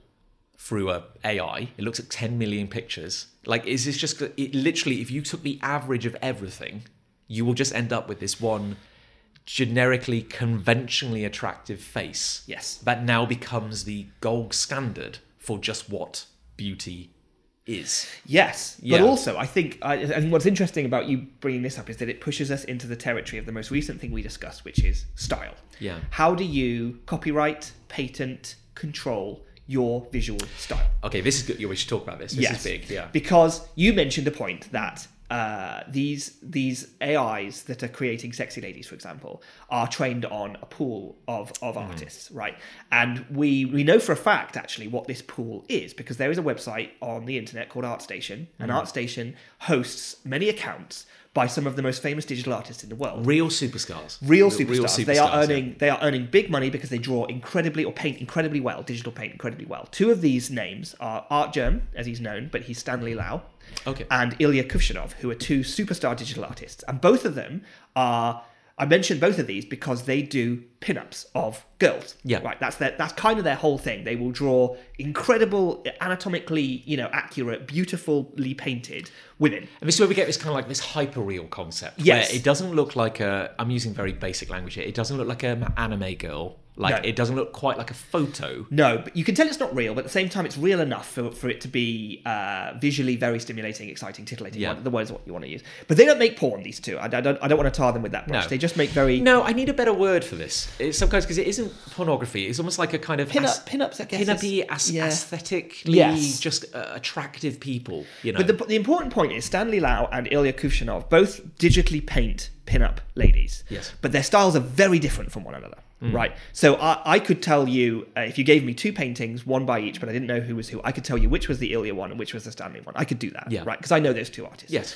through a AI, it looks at 10 million pictures. Like, is this just it literally, if you took the average of everything, you will just end up with this one generically, conventionally attractive face Yes. that now becomes the gold standard for just what beauty is. Yes. Yeah. But also, I think I, I think what's interesting about you bringing this up is that it pushes us into the territory of the most recent thing we discussed, which is style. Yeah. How do you copyright, patent, control your visual style? Okay, this is good. We should talk about this. This is big. Yeah. Because you mentioned a point that uh, these these AIs that are creating sexy ladies, for example, are trained on a pool of of Mm. artists, right? And we we know for a fact actually what this pool is because there is a website on the internet called ArtStation, and Mm. ArtStation hosts many accounts by some of the most famous digital artists in the world Real superstars. real superstars. they superstars, yeah. are earning they are earning big money because they draw incredibly or paint incredibly well, digital paint incredibly well. Two of these names are Art Germ, as he's known, but he's Stanley Lau. Okay. And Ilya Kuvshinov, who are two superstar digital artists. And both of them are I mentioned both of these because they do pinups of girls. Yeah. Right. That's their that's kind of their whole thing. They will draw incredible, anatomically, you know, accurate, beautifully painted women. And this is where we get this kind of like this hyperreal concept. Yes. Where it doesn't look like a. I'm using very basic language here. It doesn't look like an anime girl. Like No. it doesn't look quite like a photo. No, but you can tell it's not real, but at the same time, it's real enough for, for it to be uh, visually very stimulating, exciting, titillating. Yeah. One- The word is what you want to use. But they don't make porn, these two. I, I don't, I don't want to tar them with that brush. No. They just make very. No, I need a better word for this. It's sometimes because it isn't pornography. It's almost like a kind of Pin-up- as- pin-ups, I guess, Pin-uppy, is- as- yeah. aesthetically Yes. just uh, attractive people. You know. But the, the important point is Stanley Lau and Ilya Kuvshinov both digitally paint pin-up ladies. Yes. Mm. But their styles are very different from one another, right? So I, I could tell you, uh, if you gave me two paintings, one by each, but I didn't know who was who, I could tell you which was the Ilya one and which was the Stanley one. I could do that, Yeah. right? Because I know those two artists. yes.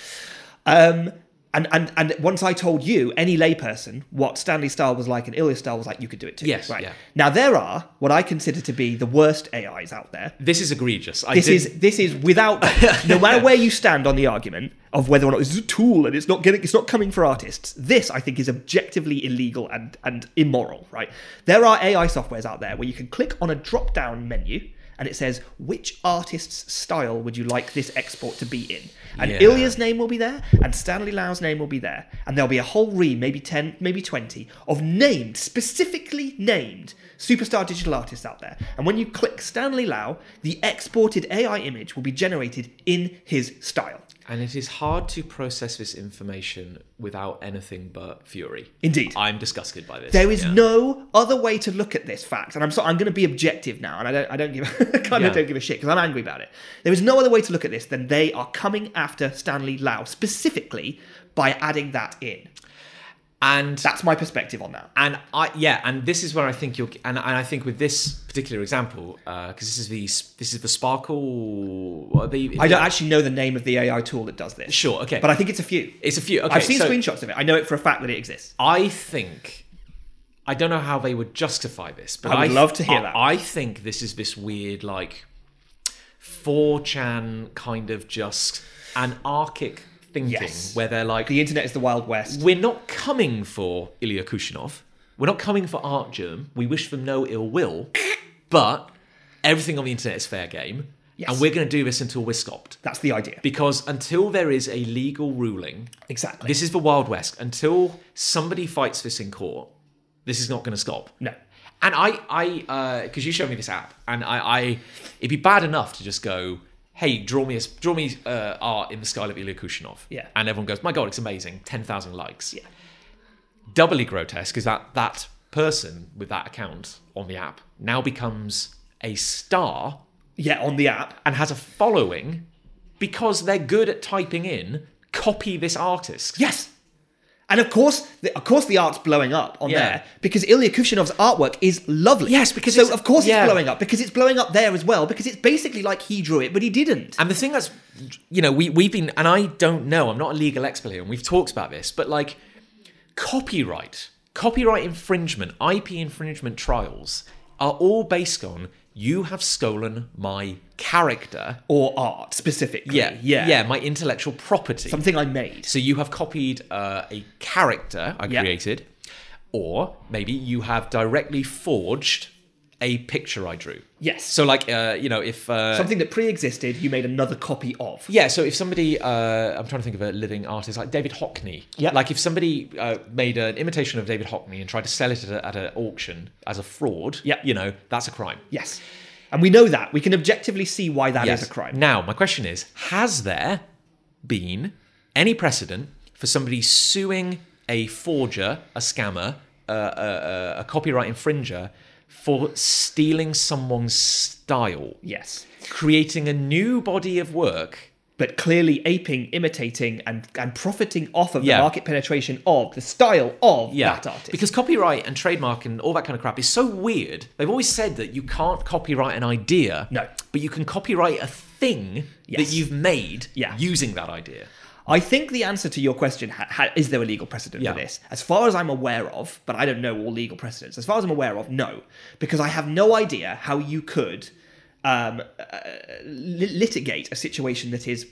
Um, and, and and once I told you, any layperson, what Stanley style was like and Ilya style was like, you could do it too. Yes, Right. yeah. Now there are what I consider to be the worst AIs out there. This is egregious. I This did- is this is without no matter where you stand on the argument of whether or not this is a tool and it's not getting it's not coming for artists. This I think is objectively illegal and and immoral. Right? There are AI softwares out there where you can click on a drop down menu. And it says, which artist's style would you like this export to be in? And Yeah. Ilya's name will be there, and Stanley Lau's name will be there, and there'll be a whole ream, maybe 10, maybe 20, of named, specifically named, superstar digital artists out there. And when you click Stanley Lau, the exported AI image will be generated in his style. And it is hard to process this information without anything but fury. Indeed. I'm disgusted by this. There is Yeah. no other way to look at this fact, and I'm so I'm going to be objective now, and I don't I don't give kind Yeah. of don't give a shit because I'm angry about it. There is no other way to look at this than they are coming after Stanley Lau specifically by adding that in. And That's my perspective on that. and I yeah, and this is where I think you'll and, and I think with this particular example, because this is the this is the sparkle. What are they, I don't actually know the name of the AI tool that does this. Sure, okay. But I think it's a few. It's a few. Okay, I've seen so screenshots of it. I know it for a fact that it exists. I think I don't know how they would justify this, but I would th- love to hear I- that. I think this is this weird like 4chan kind of just anarchic thinking Yes. where they're like The internet is the Wild West. we're not coming for Ilya Kushinov. We're not coming for Art Germ. We wish them no ill will, but everything on the internet is fair game. Yes. And we're going to do this until we're stopped. That's the idea. Because until there is a legal ruling, Exactly. this is the Wild West. Until somebody fights this in court, this is not going to stop. No. And I, I, because you showed me this app, and I, I, it'd be bad enough to just go, hey, draw me, a, draw me uh, art in the style of Ilya Kushinov. Yeah. And everyone goes, my god, it's amazing, ten thousand likes. Yeah. Doubly grotesque is that that person with that account on the app now becomes a star Yeah, on the app. and has a following because they're good at typing in copy this artist. Yes. And of course, the, of course, the art's blowing up on Yeah. there because Ilya Kushnirov's artwork is lovely. Yes, because so it's- of course yeah. it's blowing up because it's blowing up there as well because it's basically like he drew it but he didn't. And the thing that's, you know, we, we've been, and I don't know, I'm not a legal expert here, and we've talked about this, but like copyright, copyright infringement, IP infringement trials are all based on you have stolen my character. or art specifically. yeah, Yeah, my intellectual property. Something I made. So you have copied uh, a character I Yeah. created, or maybe you have directly forged a picture I drew. Yes. So like, uh, you know, if uh, Something that pre-existed, you made another copy of. yeah, so if somebody, uh, I'm trying to think of a living artist like David Hockney. Yeah. Like if somebody uh, made an imitation of David Hockney and tried to sell it at, a, at an auction as a fraud, Yeah. you know, that's a crime. Yes. And we know that. We can objectively see why that is Yes. a crime. Now, my question is Has there been any precedent for somebody suing a forger, a scammer, a, a, a copyright infringer for stealing someone's style, Yes. creating a new body of work? But clearly aping, imitating, and, and profiting off of Yeah. the market penetration of the style of Yeah, that artist. because copyright and trademark and all that kind of crap is so weird. They've always said that you can't copyright an idea, No. but you can copyright a thing Yes. that you've made Yeah. using that idea. I think the answer to your question ha- ha- is there a legal precedent Yeah. for this? As far as I'm aware of, but I don't know all legal precedents. As far as I'm aware of, no, because I have no idea how you could um, uh, li- litigate a situation that is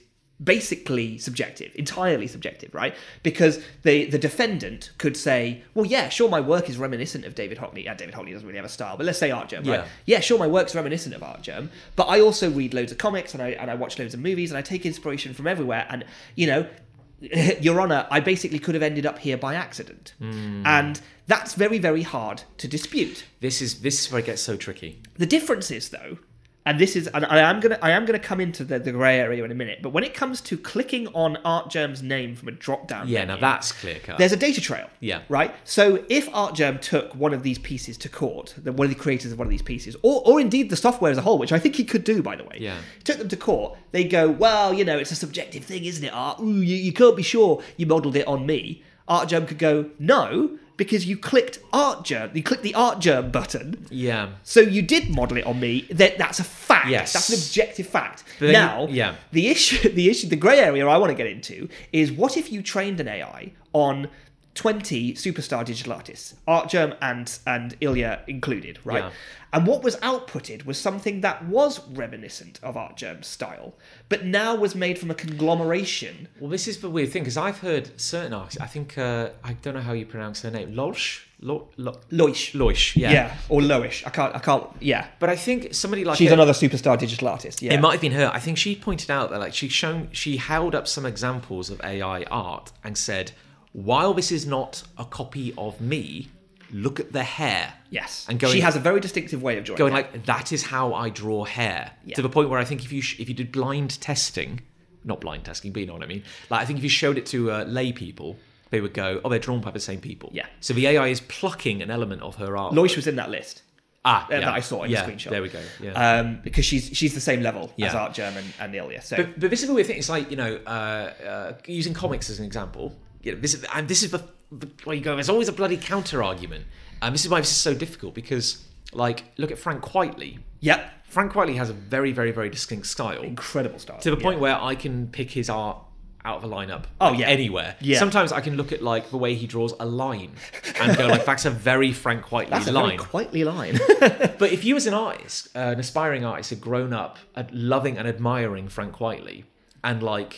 basically subjective, entirely subjective, right? Because the the defendant could say, well, yeah, sure, my work is reminiscent of David Hockney. Yeah, David Hockney doesn't really have a style, but let's say Art Germ, Yeah. right? yeah, sure, my work's reminiscent of Art Germ, but I also read loads of comics and I and I watch loads of movies and I take inspiration from everywhere. And you know, Your Honor, I basically could have ended up here by accident, and that's very very hard to dispute. This is this is where it gets so tricky. The difference is though, and this is, and I am gonna I am gonna come into the, the grey area in a minute, but when it comes to clicking on Art Germ's name from a drop down, Yeah, now that's clear cut. there's a data trail. Yeah. Right? So if ArtGerm took one of these pieces to court, the, one of the creators of one of these pieces, or, or indeed the software as a whole, which I think he could do, by the way, Yeah. took them to court, they go, well, you know, it's a subjective thing, isn't it, Art? Ooh, you, you can't be sure you modelled it on me. ArtGerm could go, no, because you clicked ArtGerm, you clicked the ArtGerm button. yeah. So you did model it on me. That that's a fact. Yes. that's an objective fact. But then- now, yeah. the issue, the issue, the grey area I want to get into is what if you trained an AI on twenty superstar digital artists, Artgerm and and Ilya included, right? Yeah. And what was outputted was something that was reminiscent of Artgerm's style, but now was made from a conglomeration. Well, this is the weird thing because I've heard certain artists. I think uh, I don't know how you pronounce their name. Loesch, Lo- Lo- Loish. Loesch. Yeah. Yeah. or Loish. I can't. I can't. Yeah. But I think somebody like She's a- another superstar digital artist. Yeah. It might have been her. I think she pointed out that like she shown she held up some examples of AI art and said, while this is not a copy of me, look at the hair. yes. And going she has a very distinctive way of drawing. going like that is how I draw hair. Yeah. To the point where I think if you sh- if you did blind testing, not blind testing, but you know what I mean. Like I think if you showed it to uh, lay people, they would go, oh, they're drawn by the same people. Yeah. So the AI is plucking an element of her art. Loish was in that list. uh, ah, that I saw in the yeah, screenshot. There we go. Yeah. um, because she's she's the same level as Yeah. Art German and Ilya. So But, but this is the weird thing. It's like you know, uh, uh, using comics as an example. You know, this is and this is the the- where you go, there's always a bloody counter argument. And this is why this is so difficult because, like, look at Frank Whiteley. Yep. Frank Whiteley has a very, very, very distinct style Incredible style. to the point where I can pick his art out of a lineup. Oh, like, yeah. anywhere. Yeah. Sometimes I can look at like the way he draws a line and go like, that's a very Frank Whiteley That's a line. very quietly line. But if you, as an artist, uh, an aspiring artist, had grown up ad- loving and admiring Frank Whiteley and like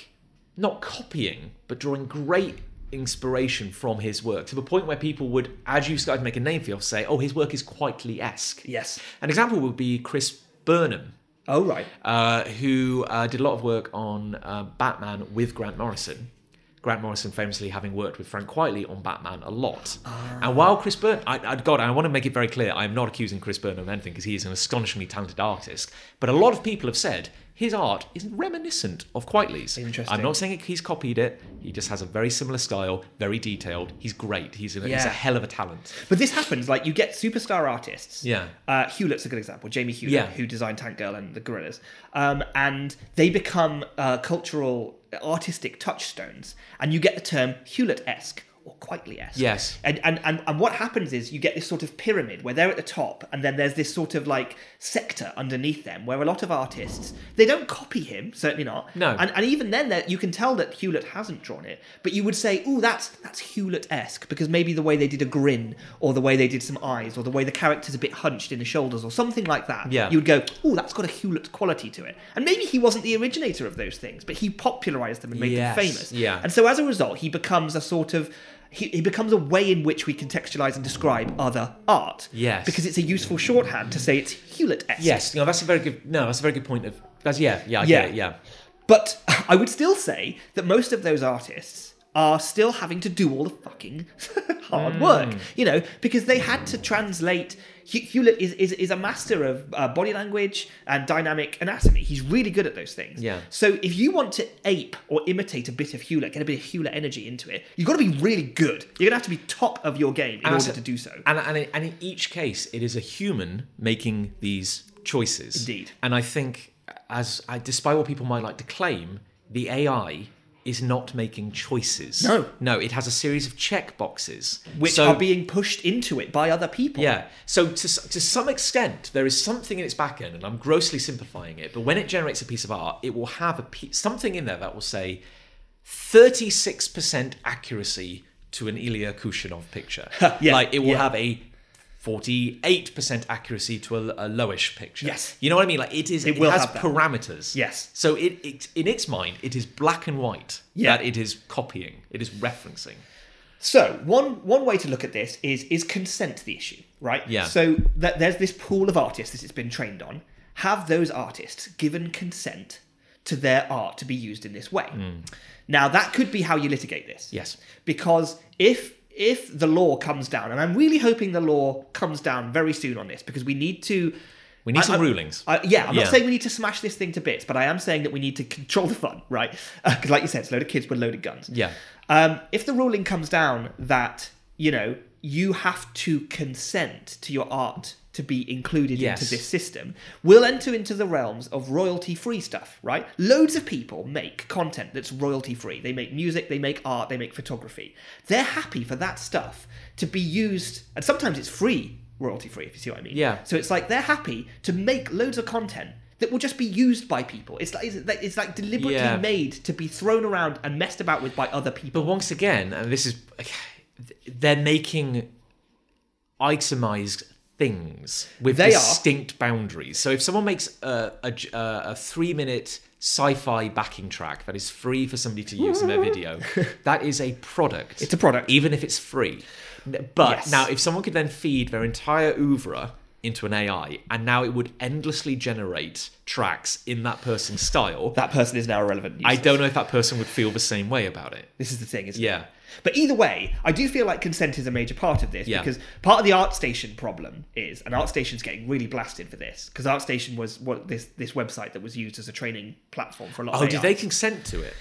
not copying but drawing great inspiration from his work to the point where people would, as you started to make a name for yourself, say, "Oh, his work is Whiteley esque." yes. An example would be Chris Burnham, Oh right. uh, who uh, did a lot of work on uh, Batman with Grant Morrison. Grant Morrison famously having worked with Frank Whiteley on Batman a lot. Ah. And while Chris Burnham, I, I, God, I want to make it very clear, I'm not accusing Chris Burnham of anything because he is an astonishingly talented artist. But a lot of people have said his art is reminiscent of Whiteley's. Interesting. I'm not saying it- he's copied it. He just has a very similar style, very detailed. He's great. He's, a he's Yeah. a hell of a talent. But this happens. Like you get superstar artists. Yeah. Uh, Hewlett's a good example. Jamie Hewlett, Yeah. who designed Tank Girl and the Gorillas, um, and they become uh, cultural, artistic touchstones, and you get the term Hewlett-esque or Quietly-esque. Yes. And, and and and what happens is you get this sort of pyramid where they're at the top, and then there's this sort of like sector underneath them where a lot of artists they don't copy him, certainly not. No. And and even then, that you can tell that Hewlett hasn't drawn it, but you would say, "Oh, that's that's Hewlett-esque," because maybe the way they did a grin, or the way they did some eyes, or the way the character's a bit hunched in the shoulders, or something like that. Yeah. You would go, "Oh, that's got a Hewlett quality to it," and maybe he wasn't the originator of those things, but he popularized them and made Yes, them famous. yeah. And so as a result, he becomes a sort of he, he becomes a way in which we contextualize and describe other art. Yes. Because it's a useful shorthand to say it's Hewlett-esque. Yes, no, that's a very good. No, that's a very good point. Of that's yeah, yeah, I Yeah. get it, yeah. But I would still say that most of those artists are still having to do all the fucking hard work, Hmm. you know, because they had to translate. Hew- Hewlett is, is, is a master of uh, body language and dynamic anatomy. He's really good at those things. Yeah. So if you want to ape or imitate a bit of Hewlett, get a bit of Hewlett energy into it, you've got to be really good. You're going to have to be top of your game in order And also- to do so. And, and, in- and in each case, it is a human making these choices. Indeed. And I think, as I, despite what people might like to claim, the AI is not making choices. No. no, it has a series of check boxes Which So- are being pushed into it by other people. yeah. So to, s- to some extent, there is something in its back end, and I'm grossly simplifying it, but when it generates a piece of art, it will have a pe- something in there that will say 36% accuracy to an Ilya Kushinov picture. Yeah, Like it will yeah. have a 48% accuracy to a, a lowish picture. Yes. You know what I mean? Like it is, it, will has have that. parameters. Yes. So it, it in its mind, it is black and white Yeah. that it is copying, it is referencing. So one one way to look at this is is consent the issue, right? Yeah. So that there's this pool of artists that it's been trained on. Have those artists given consent to their art to be used in this way? Hmm. Now that could be how you litigate this. Yes. Because if if the law comes down, and I'm really hoping the law comes down very soon on this, because we need to We need I- some I- rulings. I, yeah, I'm Yeah. not saying we need to smash this thing to bits, but I am saying that we need to control the fun, right? Because, like you said, it's a load of kids with loaded guns. Yeah. Um, if the ruling comes down that you know you have to consent to your art to be included Yes. into this system, we'll enter into the realms of royalty-free stuff, right? Loads of people make content that's royalty-free. They make music, they make art, they make photography. They're happy for that stuff to be used, and sometimes it's free, royalty-free, if you see what I mean. Yeah. So it's like they're happy to make loads of content that will just be used by people. It's like it's like, it's like deliberately Yeah. made to be thrown around and messed about with by other people. But once again, and this is, they're making itemized things with They are. distinct boundaries. So if someone makes a, a j- a- a three minute sci fi backing track that is free for somebody to use in their video, that is a product. It's a product. Even if it's free. N- But Yes. now, if someone could then feed their entire oeuvre into an AI, and now it would endlessly generate tracks in that person's style. That person is now irrelevant. I don't know if that person would feel the same way about it. This is the thing, isn't it? Yeah. But either way, I do feel like consent is a major part of this Yeah. because part of the ArtStation problem is, and ArtStation's getting really blasted for this because ArtStation was what this this website that was used as a training platform for a lot Oh, of did AI. they consent to it?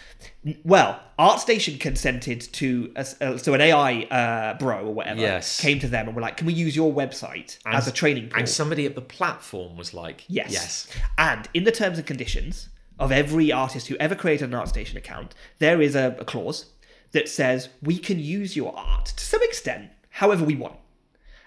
Well, ArtStation consented to a, uh, so an AI uh, bro or whatever Yes. came to them and were like, "Can we use your website as a training pool?" And somebody at the platform was like, Yes. yes. And in the terms and conditions of every artist who ever created an ArtStation account, there is a, a clause that says we can use your art to some extent however we want.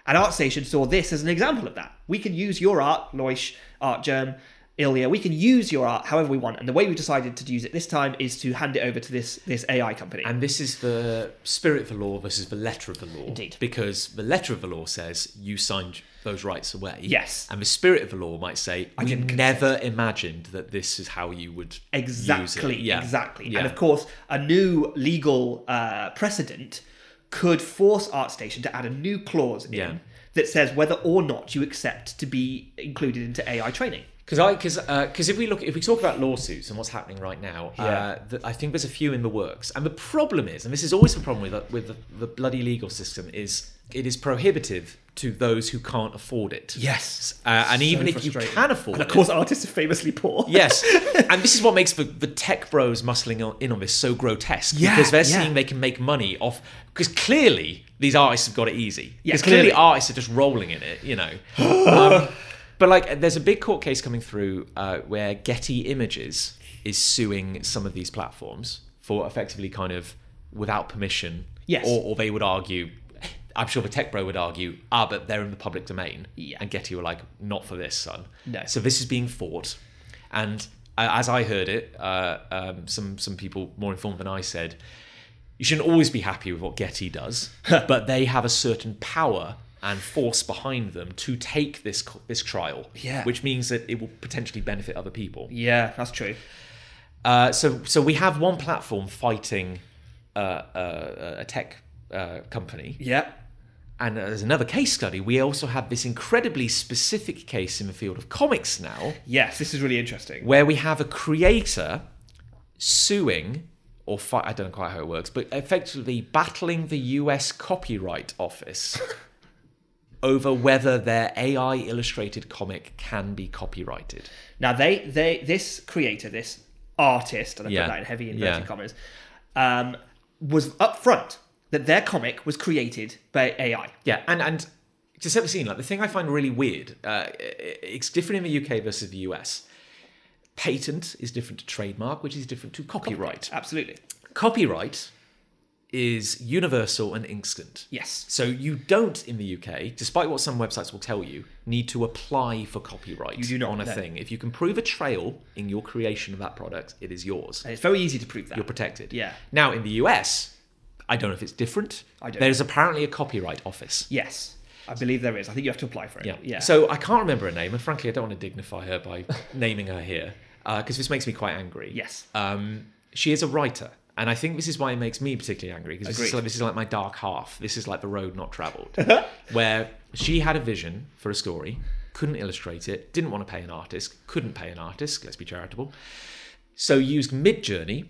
And ArtStation saw this as an example of that. We can use your art, Loish, Art Germ, Ilya. We can use your art however we want. And the way we decided to use it this time is to hand it over to this this AI company. And this is the spirit of the law versus the letter of the law. Indeed. Because the letter of the law says you signed those rights away. Yes. And the spirit of the law might say I didn't never imagined that this is how you would Exactly. use it. Yeah. Exactly. Yeah. And of course, a new legal uh, precedent could force ArtStation to add a new clause in Yeah. that says whether or not you accept to be included into AI training. Because I because because if we look if we talk about lawsuits and what's happening right now, uh, th- I think there's a few in the works. And the problem is, and this is always the problem with with the, the bloody legal system is it is prohibitive to those who can't afford it. Yes. Uh, and So even if you frustrating. can afford And of it, course, artists are famously poor. Yes, and this is what makes the, the tech bros muscling on, in on this so grotesque Yeah, because they're yeah. seeing they can make money off because clearly these artists have got it easy Yeah, because clearly. clearly. artists are just rolling in it, you know. um, but like, there's a big court case coming through uh, where Getty Images is suing some of these platforms for effectively kind of without permission. Yes. or, or they would argue. I'm sure the tech bro would argue, ah, but they're in the public domain. Yeah. And Getty were like, not for this, son. No. So this is being fought, and uh, as I heard it, uh, um, some some people more informed than I said, you shouldn't always be happy with what Getty does, but they have a certain power and force behind them to take this co- this trial, Yeah. which means that it will potentially benefit other people. Yeah, that's true. Uh, so so we have one platform fighting uh, uh, a tech uh, company. Yeah. And as another case study, we also have this incredibly specific case in the field of comics now, Yes, this is really interesting. where we have a creator suing or fight I don't know quite how it works, but effectively battling the US copyright office over whether their AI illustrated comic can be copyrighted. Now they they this creator, this artist, and I Yeah. put that in heavy inverted Yeah. commas, um, was upfront that their comic was created by AI. Yeah, and and to set the scene, like the thing I find really weird, uh, i- i- it's different in the UK versus the US. Patent is different to trademark, which is different to copyright. Absolutely. Copyright is universal and instant. Yes. So you don't in the UK, despite what some websites will tell you, need to apply for copyright You do not, on a no. thing. If you can prove a trail in your creation of that product, it is yours. And it's very easy to prove that. You're protected. Yeah. Now in the US, I don't know if it's different. I don't There's apparently a copyright office. Yes. I believe there is. I think you have to apply for it. Yeah. So I can't remember her name, and frankly, I don't want to dignify her by naming her here because this makes me quite angry. yes. Um, she is a writer, and I think this is why it makes me particularly angry because this, is Agreed. like, this is like my dark half. This is like the road not traveled, where she had a vision for a story, couldn't illustrate it, didn't want to pay an artist, couldn't pay an artist. Let's be charitable. So used Midjourney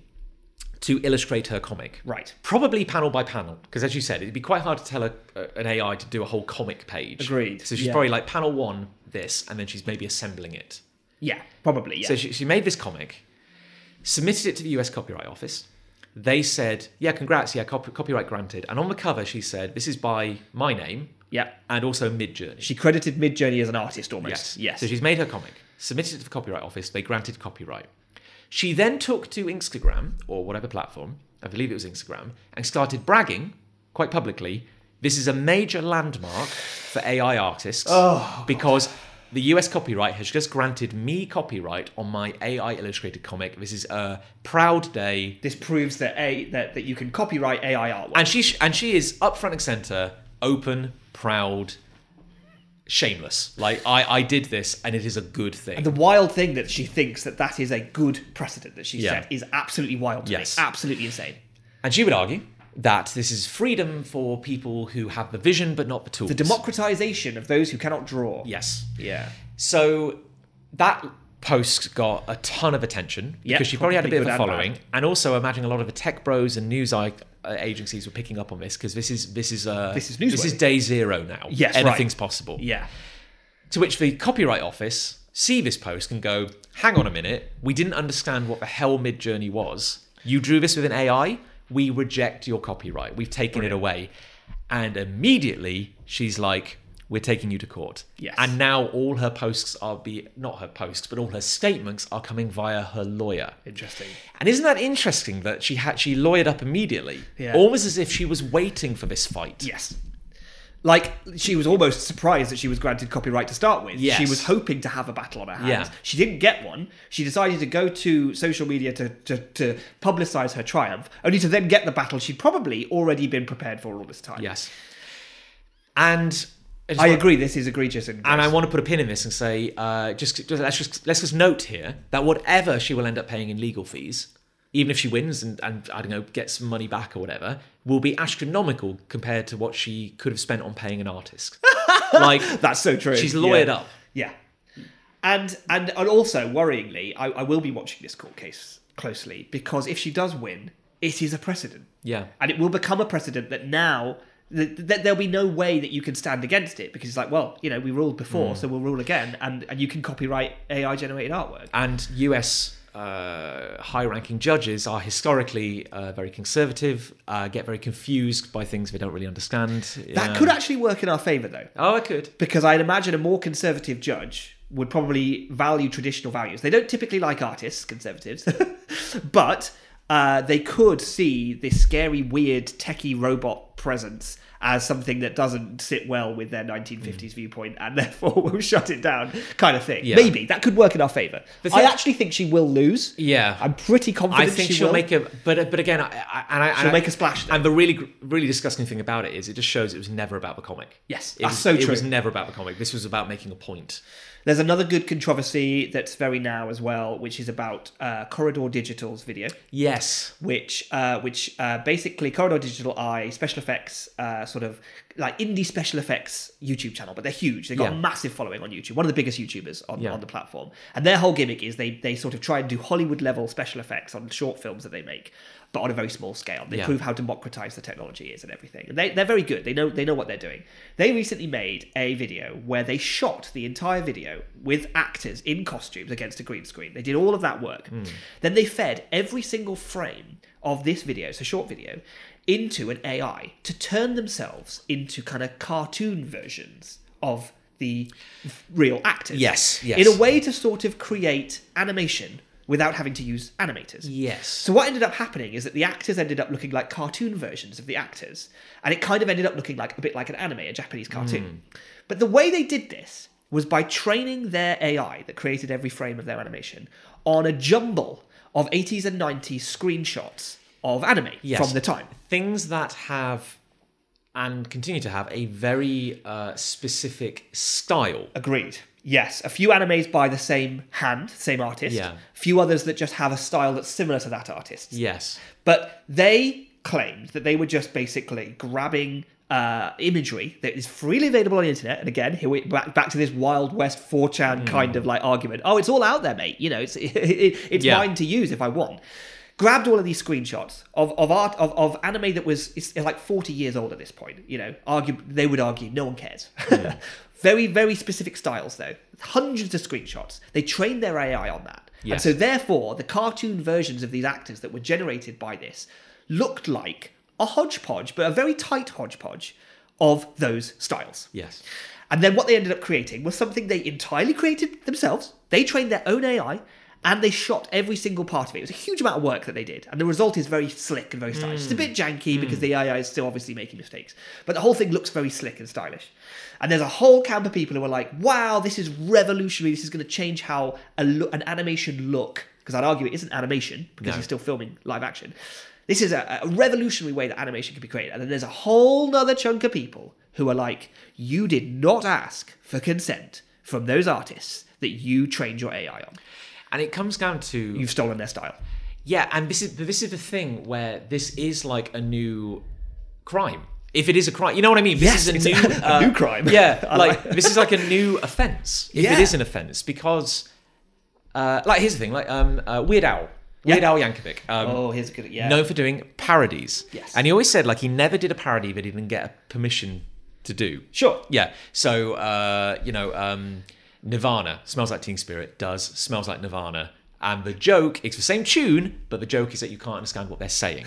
to illustrate her comic. Right. Probably panel by panel, because as you said, it'd be quite hard to tell a, a- an AI to do a whole comic page. Agreed, So she's yeah. probably like panel one, this, and then she's maybe assembling it. Yeah. Probably. Yeah. So she, she made this comic, submitted it to the US Copyright Office. They said, yeah, congrats, yeah, cop- copyright granted. And on the cover, she said, this is by my name yeah. and also Midjourney. She credited Midjourney as an artist almost. Yes. So she's made her comic, submitted it to the Copyright Office. They granted copyright. She then took to Instagram or whatever platform, I believe it was Instagram, and started bragging quite publicly. This is a major landmark for AI artists Oh, because the US copyright has just granted me copyright on my AI illustrated comic. This is a proud day this proves that a that, that you can copyright AI artwork. and she and she is up front and center, open, proud, shameless. Like I, I did this, and it is a good thing. the wild thing that she thinks that that is a good precedent that she Yeah. set is absolutely wild to Yes. me. Absolutely insane. and she would argue that this is freedom for people who have the vision but not the tools. The democratization of those who cannot draw. yes. Yeah. So that post got a ton of attention Yeah, because she probably had a bit probably of a good and following, and, also imagine a lot of the tech bros and news i- uh, agencies were picking up on this because this is this is uh, This is this is newsworthy. day zero now. Yes, right. anything's possible. Yeah. To which the Copyright Office see this post and go, hang on a minute, we didn't understand what the hell Midjourney was. You drew this with an AI, we reject your copyright. We've taken it away. And immediately she's like, We're taking you to court. Yes. And now all her posts are be not her posts, but all her statements are coming via her lawyer. Interesting. And isn't that interesting that she had she lawyered up immediately, Yeah. almost as if she was waiting for this fight. Yes. Like she was almost surprised that she was granted copyright to start with. Yes. She was hoping to have a battle on her hands. Yeah. She didn't get one. She decided to go to social media to, to, to publicize her triumph, only to then get the battle she'd probably already been prepared for all this time. Yes. And just I want- agree, this is egregious and, And I gross. want to put a pin in this and say, uh, just, just let's just let's just note here that whatever she will end up paying in legal fees, even if she wins and, and I don't know gets some money back or whatever, will be astronomical compared to what she could have spent on paying an artist. like That's so true. she's lawyered Yeah. up. Yeah. And and and also worryingly, I, I will be watching this court case closely because if she does win, it is a precedent. Yeah. And it will become a precedent that now that, that there'll be no way that you can stand against it because it's like, well, you know, we ruled before, so we'll rule again, and, and you can copyright AI generated artwork. And US uh, high-ranking judges are historically uh, very conservative, uh, get very confused by things they don't really understand. That could actually work in our favour though. Oh, it could. because I'd imagine a more conservative judge would probably value traditional values. They don't typically like artists, conservatives, but uh, they could see this scary, weird, techie robot presence as something that doesn't sit well with their 1950s viewpoint and therefore will shut it down, kind of thing. Mm. Yeah. Maybe that could work in our favour. The I thing- actually think she will lose. Yeah. I'm pretty I confident think she she will will. make a, but but again, I, I, and I, She'll and I- make a splash, though. And the really gr- really disgusting thing about it is, it just shows it was never about the comic. Yes, it that's was, so It true. was never about the comic. This was about making a point. There's another good controversy that's very now as well, which is about uh, Corridor Digital's video. Yes, which uh, which uh, basically Corridor Digital are a special effects uh, sort of like indie special effects YouTube channel, but they're huge. They've got Yeah. a massive following on YouTube, one of the biggest YouTubers on, Yeah. on the platform. And their whole gimmick is they they sort of try and do Hollywood level special effects on short films that they make, but on a very small scale. They Yeah. prove how democratized the technology is and everything. And they they're very good. They know they know what they're doing. They recently made a video where they shot the entire video with actors in costumes against a green screen. They did all of that work. Hmm. Then they fed every single frame of this video, it's a short video, into an AI to turn themselves into kind of cartoon versions of the real actors. Yes, yes. In a way to sort of create animation without having to use animators. yes, So what ended up happening is that the actors ended up looking like cartoon versions of the actors, and it kind of ended up looking like a bit like an anime, a Japanese cartoon. Hmm. But the way they did this was by training their AI that created every frame of their animation on a jumble of 80s and 90s screenshots of anime Yes. from the time. things that have and continue to have a very uh, specific style. Agreed. Yes, a few animes by the same hand, same artist. Yeah. Few others that just have a style that's similar to that artist's. Yes, But they claimed that they were just basically grabbing uh, imagery that is freely available on the internet. And again, here we back, back to this Wild West Hmm. 4chan kind of like argument. Oh, it's all out there, mate. You know, it's it's Yeah. mine to use if I want. Grabbed all of these screenshots of, of art of, of anime that was it's like 40 years old at this point. You know, argue they would argue no one cares. Hmm. very very specific styles though. Hundreds of screenshots. They trained their AI on that. And Yes. so therefore, the cartoon versions of these actors that were generated by this looked like a hodgepodge, but a very tight hodgepodge of those styles. yes, And then what they ended up creating was something they entirely created themselves. They trained their own AI and they shot every single part of it. It was a huge amount of work that they did. And the result is very slick and very stylish. It's a bit janky because the AI is still obviously making mistakes. But the whole thing looks very slick and stylish. And there's a whole camp of people who are like, wow, this is revolutionary. This is going to change how a lo- an animation look, because I'd argue it isn't animation because No. you're still filming live action. This is a, a revolutionary way that animation can be created. And then there's a whole nother chunk of people who are like, you did not ask for consent from those artists that you trained your AI on. and it comes down to You've stolen their style. Yeah, and this is this is the thing where this is like a new crime. If it is a crime, you know what I mean. This Yes, is it's a new, uh, a- a new crime. Yeah, I like like- this is like a new offense. If Yeah. it is an offense, because uh, like here's the thing, like um, uh, Weird Al, Weird Yeah. Al Yankovic, um, Oh, here's a good yeah. known for doing parodies. Yes. and he always said like he never did a parody that he didn't get a permission to do. Sure. Yeah. So uh, you know, um, Nirvana smells like Teen Spirit. Does smells like Nirvana. And the joke it's the same tune, but the joke is that you can't understand what they're saying.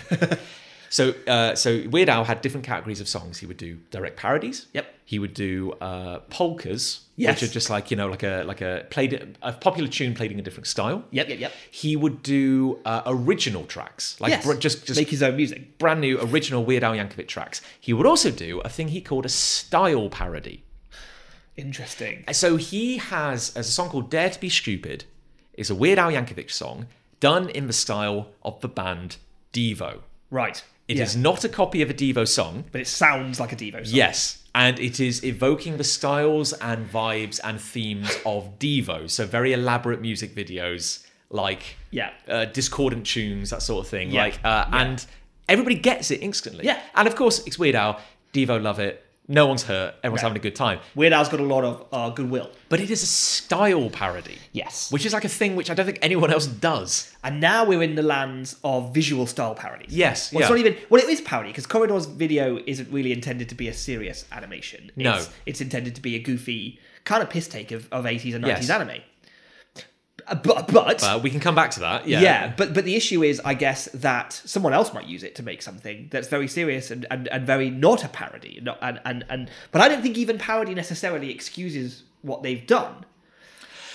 So, uh, so Weird Al had different categories of songs. He would do direct parodies. Yep. He would do uh, polkas, Yes. which are just like you know, like a like a played a popular tune played in a different style. Yep, yep, yep. He would do uh, original tracks, like Yes. br- just just make his own music. brand new original Weird Al Yankovic tracks. He would also do a thing he called a style parody. Interesting. So he has as a song called "Dare to Be Stupid," is a Weird Al Yankovic song done in the style of the band Devo. Right. It is Yeah. not a copy of a Devo song. But it sounds like a Devo song. Yes. And it is evoking the styles and vibes and themes of Devo. So very elaborate music videos, like Yeah. uh, discordant tunes, that sort of thing. Yeah. Like, uh, and everybody gets it instantly. Yeah. And of course, it's Weird Al. Devo love it. No one's hurt. Right. Everyone's having a good time. Weird Al's got a lot of uh, goodwill. But it is a style parody. Yes. Which is like a thing which I don't think anyone else does. and now we're in the lands of visual style parodies. Yes, Well, it's yeah. not even. Well, it is parody because Corridor's video isn't really intended to be a serious animation. No. It's, it's intended to be a goofy kind of piss take of, of 80s and 90s Yes. anime. Uh, But, but, Uh, we can come back to that. Yeah. yeah. but but the issue is, I guess, that someone else might use it to make something that's very serious and, and, and very not a parody. Not, and, and, and But I don't think even parody necessarily excuses what they've done.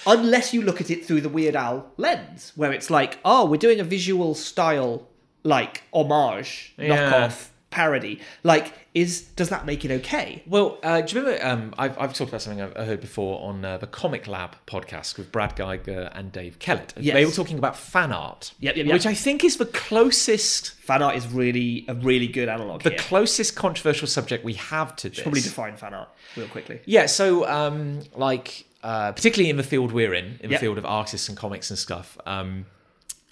Unless you look at it through the Weird Al lens, where it's like, oh, we're doing a visual style, like homage, Yeah. knockoff, parody. Like, is does that make it okay? Well, uh, do you remember? Um, I've, I've talked about something I've I heard before on uh, the Comic Lab podcast with Brad Geiger and Dave Kellett. Yes. They were talking about fan art, Yep, yep, yep. which I think is the closest, Fan art is really a really good analog the here. closest controversial subject we have to this. Probably define fan art real quickly. yeah. So, um, like, uh, particularly in the field we're in, Yep. in the field of artists and comics and stuff, um,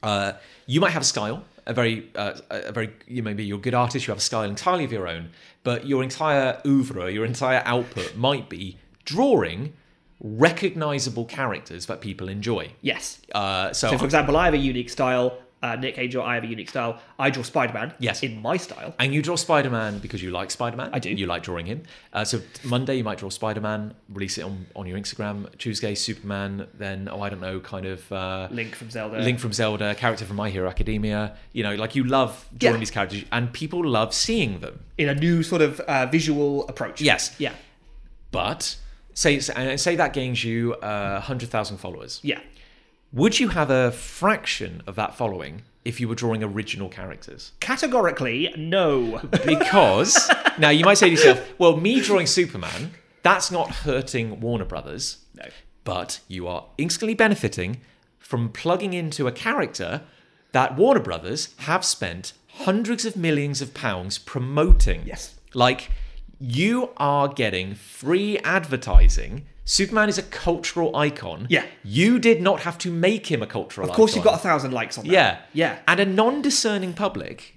uh, you might have a style. A very, uh, a very, you maybe you're a good artist. You have a style entirely of your own, but your entire oeuvre, your entire output might be drawing recognizable characters that people enjoy. Yes. Uh, so, So, for example, I have a unique style. Uh, Nick Angel, I have a unique style. I draw Spider Man. Yes. In my style. and you draw Spider Man because you like Spider Man. I do. You like drawing him. Uh, so Monday you might draw Spider Man, release it on, on your Instagram. Tuesday Superman, then oh I don't know, kind of uh, Link from Zelda. Link from Zelda, character from My Hero Academia. You know, like you love drawing Yeah. these characters, and people love seeing them. In a new sort of uh, visual approach. Yes. Yeah. But say and say that gains you uh, hundred thousand followers. Yeah. Would you have a fraction of that following if you were drawing original characters? Categorically, no. Because now you might say to yourself, well, me drawing Superman, that's not hurting Warner Brothers. No. But you are instantly benefiting from plugging into a character that Warner Brothers have spent hundreds of millions of pounds promoting. Yes. Like you are getting free advertising. Superman is a cultural icon. Yeah. You did not have to make him a cultural icon. Of course, you've got a thousand likes on that. Yeah. Yeah. And a non discerning public,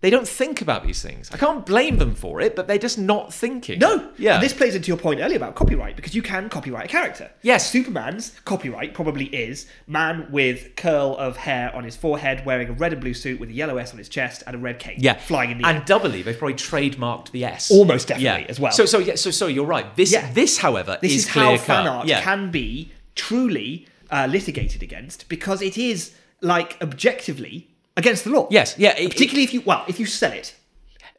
they don't think about these things. I can't blame them for it, but they're just not thinking. No. Yeah. And this plays into your point earlier about copyright because you can copyright a character. Yes. Superman's copyright probably is man with curl of hair on his forehead, wearing a red and blue suit with a yellow S on his chest and a red cape. yeah. Flying in the And air. doubly, they've probably trademarked the S. Almost definitely as well. So, so, yeah, so, so you're right. This, Yeah. this however, this is, is how clear fan cut. art yeah. can be truly uh, litigated against because it is like objectively against the law. Yes, yeah, it- particularly if you well if you sell it.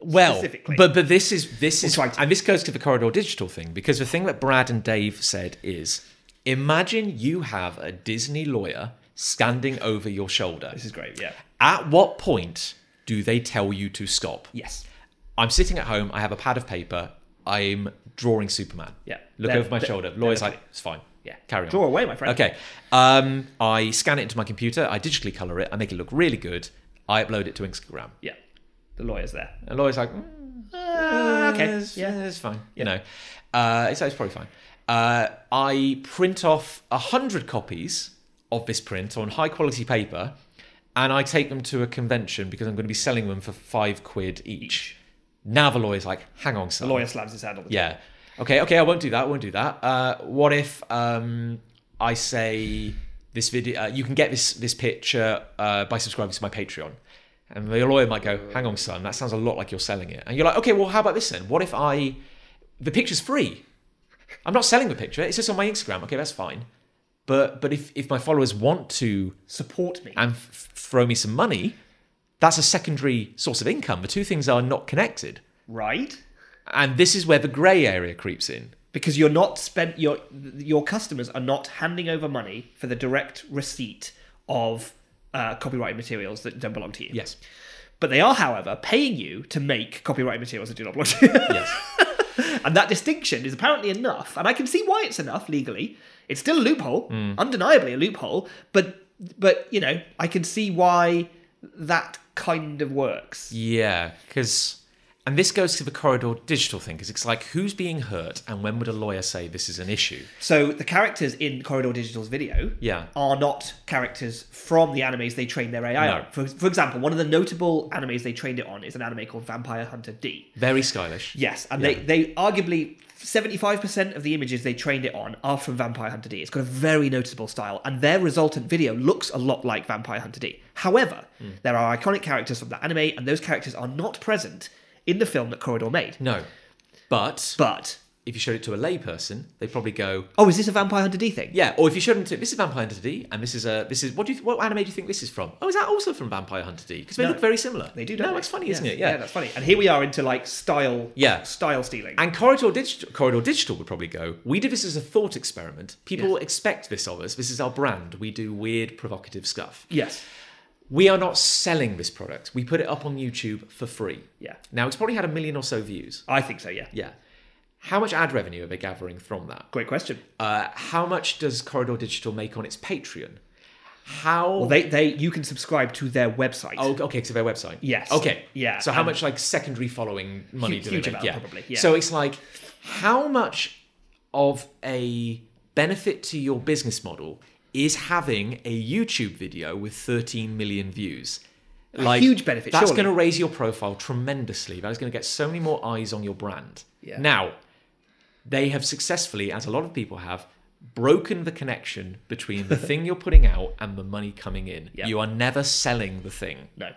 well, specifically. but but this is this is try to- and this goes to the corridor digital thing because the thing that Brad and Dave said is, imagine you have a Disney lawyer standing over your shoulder. This is great. Yeah. At what point do they tell you to stop? Yes. I'm sitting at home. I have a pad of paper. I'm drawing Superman. Yeah. Look They're- over my they're- shoulder. they're Lawyer's looking. like, it's fine. Yeah. Carry on. Draw away, my friend. Okay. Um, I scan it into my computer. I digitally color it. I make it look really good. I upload it to Instagram. Yeah. The lawyer's there. And lawyer's like, mm, uh, okay. It's, Yeah. It's fine. You know, uh, it's, it's probably fine. Uh, I print off a hundred copies of this print on high quality paper, and I take them to a convention because I'm going to be selling them for five quid each. Now the lawyer's like, "Hang on, son. Lawyer slams his hand on the Yeah. Okay, okay, I won't do that. I won't do that. Uh, what if um, I say this video? Uh, you can get this this picture uh, by subscribing to my Patreon. And the lawyer might go, "Hang on, son. That sounds a lot like you're selling it." And you're like, "Okay, well, how about this then? What if I? The picture's free. I'm not selling the picture. It's just on my Instagram. Okay, that's fine. But but if if my followers want to support me. and f- throw me some money, that's a secondary source of income. The two things are not connected. right? And this is where the grey area creeps in. Because you're not spent your your customers are not handing over money for the direct receipt of uh, copyrighted materials that don't belong to you. Yes. But they are, however, paying you to make copyrighted materials that do not belong to you. Yes. And that distinction is apparently enough, and I can see why it's enough legally. It's still a loophole, Mm. undeniably a loophole, but but you know, I can see why that kind of works. Yeah, because and this goes to the corridor digital thing because it's like who's being hurt and when would a lawyer say this is an issue? So the characters in Corridor Digital's video Yeah. are not characters from the animes they train their AI No. on. For, for example, one of the notable animes they trained it on is an anime called Vampire Hunter D. Very stylish. Yes, and they, they arguably 75% of the images they trained it on are from Vampire Hunter D. It's got a very noticeable style, and their resultant video looks a lot like Vampire Hunter D. However, Hmm. there are iconic characters from that anime, and those characters are not present in the film that Corridor made. No. But But, if you showed it to a layperson, they'd probably go, oh, is this a Vampire Hunter D thing? yeah. Or if you showed them to this is Vampire Hunter D, and this is a this is what do you what anime do you think this is from? Oh, is that also from Vampire Hunter D? Because they No. look very similar. They do, don't No, they? it's funny, Yeah. isn't it? that's funny. And here we are into like style, Yeah. style stealing. And Corridor Digital, Corridor Digital would probably go, we did this as a thought experiment. People expect this of us. This is our brand. We do weird, provocative stuff. yes, We are not selling this product. We put it up on YouTube for free. yeah, Now, it's probably had a million or so views. I think so. Yeah, Yeah. How much ad revenue are they gathering from that? great question. Uh, how much does Corridor Digital make on its Patreon? How. Well, they they you can subscribe to their website. Oh, okay, to their website. Yes. Okay. Yeah, So how and- much like secondary following money Huge- do they huge make? amount, yeah. probably, yeah. So it's like how much of a benefit to your business model is having a YouTube video with 13 million views? Like huge benefit, That's surely. going to raise your profile tremendously. That is going to get so many more eyes on your brand. Yeah. Now, they have successfully, as a lot of people have, broken the connection between the thing you're putting out and the money coming in. Yeah. You are never selling the thing. no,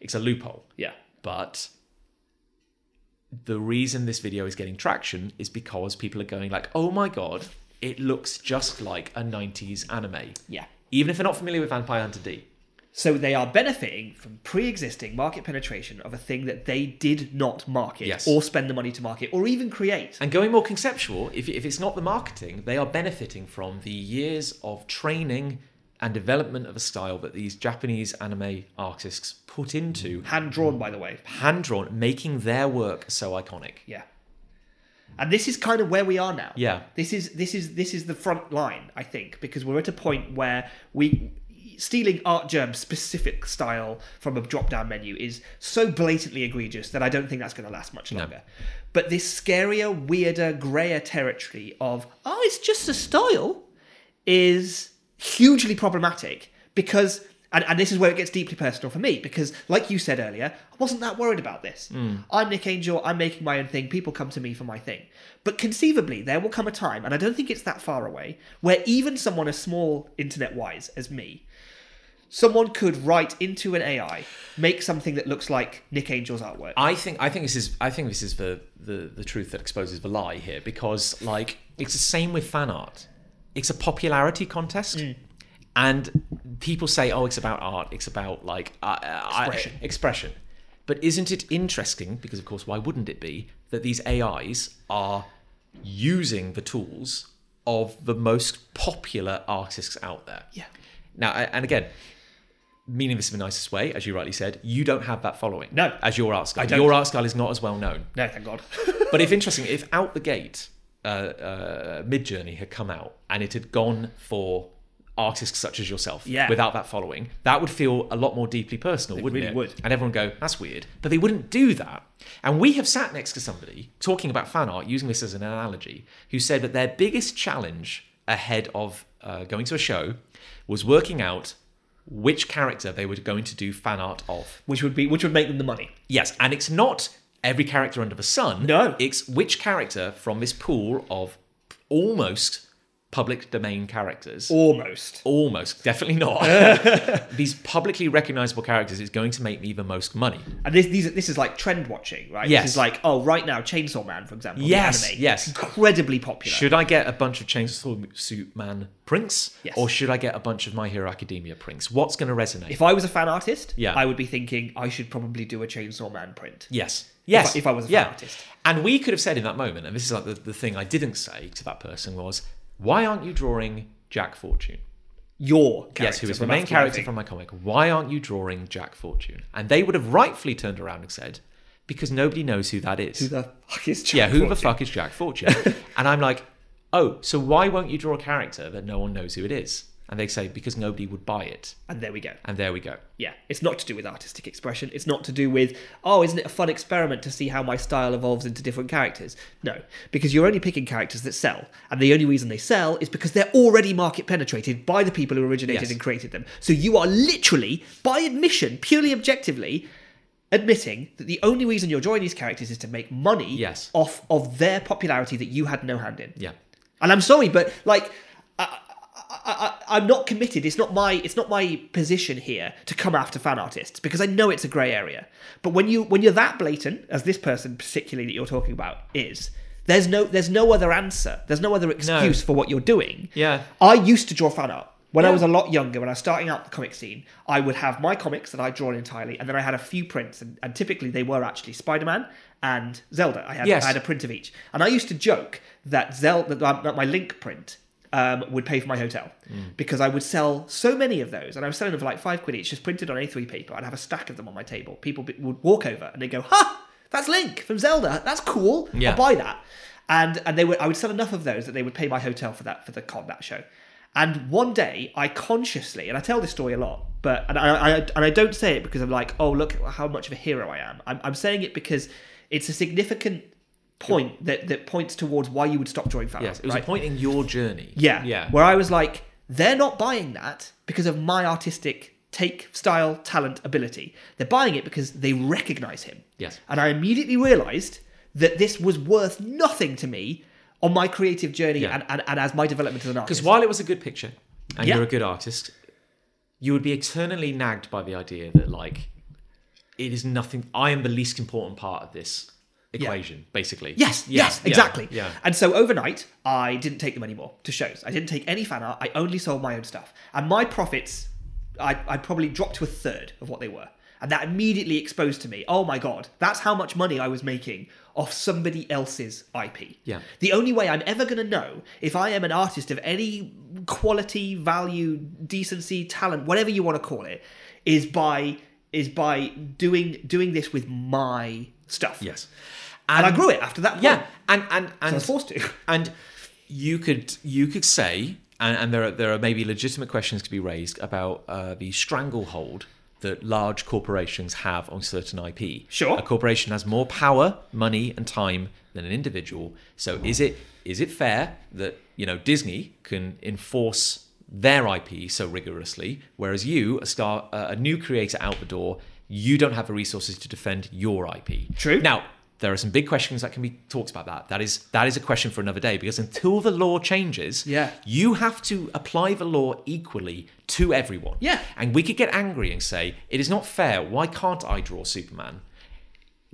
It's a loophole. yeah. But the reason this video is getting traction is because people are going like, "Oh my god, it looks just like a 90s anime." Yeah. Even if they're not familiar with Vampire Hunter D. So they are benefiting from pre-existing market penetration of a thing that they did not market Yes. or spend the money to market or even create. And going more conceptual, if, if it's not the marketing, they are benefiting from the years of training and development of a style that these Japanese anime artists put into, Hand drawn, by the way. hand drawn, making their work so iconic. Yeah. And this is kind of where we are now. Yeah. This is this is this is the front line, I think, because we're at a point where we stealing art germ specific style from a drop down menu is so blatantly egregious that I don't think that's going to last much longer. But this scarier, weirder, grayer territory of oh, it's just a style is hugely problematic because and, and this is where it gets deeply personal for me because like you said earlier i wasn't that worried about this i'm nick angel i'm making my own thing people come to me for my thing but conceivably there will come a time and i don't think it's that far away where even someone as small internet wise as me someone could write into an ai make something that looks like nick angel's artwork I think I think this is I think this is the, the the truth that exposes the lie here because like it's the same with fan art. It's a popularity contest. Mm. And people say, "Oh, it's about art. It's about like uh, uh, Expression. I, expression." But isn't it interesting? Because of course, why wouldn't it be that these AIs are using the tools of the most popular artists out there? Yeah. Now, a- and again, meaning this in the nicest way, as you rightly said, you don't have that following. No. As your art style. don't. Your art style is not as well known. no thank god But if interesting, if out the gate, uh, uh, Mid Journey had come out and it had gone for artists such as yourself Yeah. without that following, that would feel a lot more deeply personal, wouldn't really it? would. And everyone would go, that's weird. But they wouldn't do that. And we have sat next to somebody talking about fan art, using this as an analogy, who said that their biggest challenge ahead of uh, going to a show was working out which character they were going to do fan art of. which would be which would make them the money Yes, and it's not every character under the sun. No. It's which character from this pool of almost public domain characters. Almost. Almost, definitely not. These publicly recognizable characters is going to make me the most money. And this these are- this is like trend watching, right? Yes. This is like oh, right now Chainsaw Man, for example. the Yes, anime, yes. Incredibly popular. Should I get a bunch of Chainsaw Suit Man prints, Yes. or should I get a bunch of My Hero Academia prints? What's going to resonate? if I was a fan artist, Yeah. I would be thinking I should probably do a Chainsaw Man print. Yes. Yes. I- if I was a fan yeah. artist. And we could have said in that moment, and this is like the, the thing I didn't say to that person was, why aren't you drawing Jack Fortune? Your character, yes, who is the from main After character Living. from my comic. Why aren't you drawing Jack Fortune? And they would have rightfully turned around and said, because nobody knows who that is. Who the fuck is Jack yeah, who the Fortune? fuck is Jack Fortune? and I'm like, oh, so why won't you draw a character that no one knows who it is? And they say, because nobody would buy it. And there we go. And there we go. Yeah, it's not to do with artistic expression. It's not to do with oh, isn't it a fun experiment to see how my style evolves into different characters? No, because you're only picking characters that sell, and the only reason they sell is because they're already market penetrated by the people who originated Yes. and created them. So you are literally, by admission, purely objectively, admitting that the only reason you're drawing these characters is to make money Yes. off of their popularity that you had no hand in. Yeah. And I'm sorry, but like, I, I, I, I'm not committed. It's not my it's not my position here to come after fan artists because I know it's a grey area. But when you when you're that blatant, as this person particularly that you're talking about is, there's no there's no other answer. There's no other excuse for what you're doing. Yeah. I used to draw fan art. When I Yeah. was a lot younger, when I was starting out the comic scene, I would have my comics that I'd drawn entirely, and then I had a few prints, and, and typically they were actually Spider Man and Zelda. I had, Yes. I had a print of each. And I used to joke that Zelda, that that my Link print um, would pay for my hotel because I would sell so many of those, and I was selling them for like five quid each, just printed on A3 paper. I'd have a stack of them on my table. People be- would walk over and they'd go, "Ha, that's Link from Zelda. That's cool. Yeah. I'll buy that." And and they would, I would sell enough of those that they would pay my hotel for that for the con that show. And one day, I consciously, and I tell this story a lot, but and I, I and I don't say it because I'm like, oh look how much of a hero I am. I'm, I'm saying it because it's a significant point that that points towards why you would stop drawing fan Yes. art, It was right? a point in your journey. Yeah. Yeah. Where I was like, they're not buying that because of my artistic take, style, talent, ability. They're buying it because they recognize him. Yes. And I immediately realized that this was worth nothing to me on my creative journey Yeah. and, and, and as my development as an artist. Because while it was a good picture and Yeah. you're a good artist, you would be eternally nagged by the idea that like it is nothing. I am the least important part of this equation, basically. Yes, Yeah, yes, yeah, exactly. Yeah. And so overnight, I didn't take them anymore to shows. I didn't take any fan art. I only sold my own stuff. And my profits, I, I probably dropped to a third of what they were. And that immediately exposed to me, oh my God, that's how much money I was making off somebody else's IP. Yeah. The only way I'm ever going to know if I am an artist of any quality, value, decency, talent, whatever you want to call it, is by is by doing doing this with my stuff. Yes. And, I grew it after that. Point. Yeah. And and I and was forced to. and you could you could say and, and there are there are maybe legitimate questions to be raised about uh, the stranglehold that large corporations have on certain IP. Sure. a corporation has more power, money, and time than an individual. So is it is it fair that you know Disney can enforce their IP so rigorously, whereas you, a star, a a new creator out the door, you don't have the resources to defend your IP. True. Now, there are some big questions that can be talked about that. That is that is a question for another day because until the law changes, Yeah. you have to apply the law equally to everyone. Yeah. And we could get angry and say, it is not fair. Why can't I draw Superman?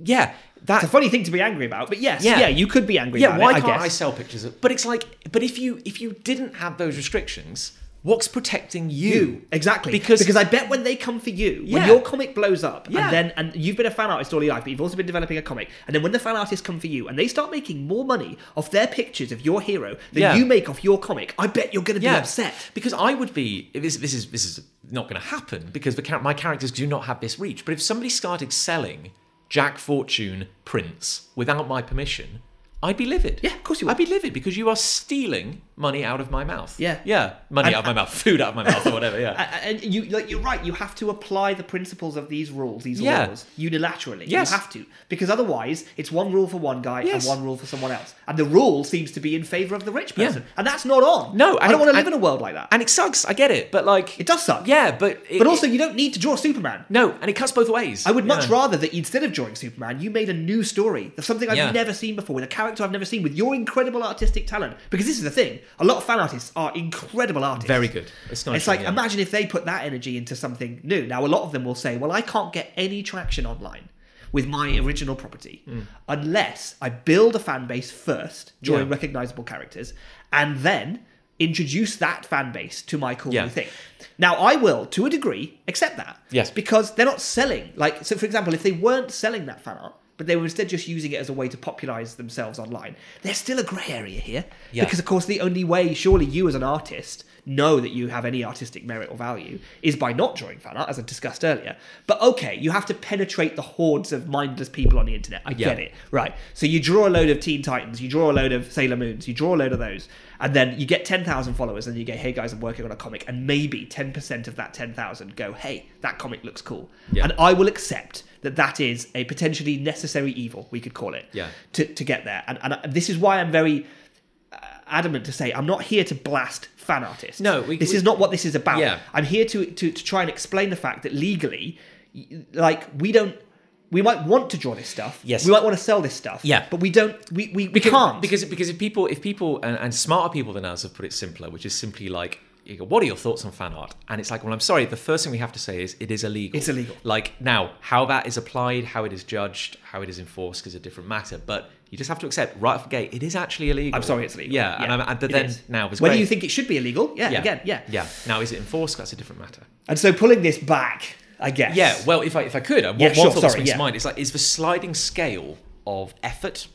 Yeah, that It's a funny thing to be angry about, but yes, yeah, Yeah. you could be angry yeah, about why it, can't I I guess. sell pictures? Of, but it's like, but if you if you didn't have those restrictions, what's protecting you? you Mm. exactly Because- because I bet when they come for you, when Yeah. your comic blows up, Yeah. and then and you've been a fan artist all your life, but you've also been developing a comic, and then when the fan artists come for you and they start making more money off their pictures of your hero than Yeah. you make off your comic, I bet you're going to be upset. because I would be. This, this is this is not going to happen because the char- my characters do not have this reach. But if somebody started selling Jack Fortune prints without my permission, I'd be livid. Yeah, of course you would. I'd be livid because you are stealing money out of my mouth. Yeah. yeah, money And- out of my mouth, food out of my mouth, or whatever. Yeah. A- And you, like, you're right. You have to apply the principles of these rules, these Yeah. laws, unilaterally. Yes. You have to, because otherwise, it's one rule for one guy Yes. and one rule for someone else. And the rule seems to be in favor of the rich Yeah. person, and that's not on. No, I and- don't want to live and- in a world like that. and it sucks. I get it, but like It does suck. Yeah, but it, But also, you don't need to draw Superman. no, and it cuts both ways. I would much Yeah. rather that instead of drawing Superman, you made a new story, of something I've Yeah. never seen before, with a character I've never seen, with your incredible artistic talent. Because this is the thing: A lot of fan artists are incredible artists. Very good. It's nice. It's like yeah. imagine if they put that energy into something new. Now a lot of them will say, "Well, I can't get any traction online with my original property Hmm. unless I build a fan base first, drawing Yeah. recognizable characters, and then introduce that fan base to my cool Yeah. new thing." Now I will, to a degree, accept that. Yes. because they're not selling. Like, so for example, if they weren't selling that fan art. But they were instead just using it as a way to popularize themselves online. There's still a grey area here Yeah. because, of course, the only way, surely, you as an artist know that you have any artistic merit or value is by not drawing fan art, as I discussed earlier. But okay, you have to penetrate the hordes of mindless people on the internet. I get Yeah. it. Right. So you draw a load of Teen Titans, you draw a load of Sailor Moons, you draw a load of those, and then you get 10,000 followers, and you go, hey guys, I'm working on a comic. And maybe 10% of that 10,000 go, hey, that comic looks cool. Yeah. And I will accept that that is a potentially necessary evil, we could call it, Yeah. to, to get there. And, and I- this is why I'm very adamant to say I'm not here to blast fan artists. No, we- this we- is not what this is about. Yeah. I'm here to, to to try and explain the fact that legally, y- like we don't. We might want to draw this stuff. Yes. We might want to sell this stuff. Yeah. But we don't. We, we, we because, can't. because because if people if people and, and smarter people than us have put it simpler, which is simply like. You go, what are your thoughts on fan art? And it's like, well, I'm sorry. The first thing we have to say is it is illegal. It's illegal. Like now, how that is applied, how it is judged, how it is enforced is a different matter. But you just have to accept right off the gate, it is actually illegal. I'm sorry, it's legal. Yeah, and I'm, and but It then is. now it's whether great. you think it should be illegal. Yeah, yeah, Again. Yeah. yeah. Now is it enforced? That's a different matter. And so pulling this back, I guess. Yeah, well, if I if I could, uh, one, Yeah, one sure, thought that sorry, springs yeah. to mind is like is the sliding scale of effort.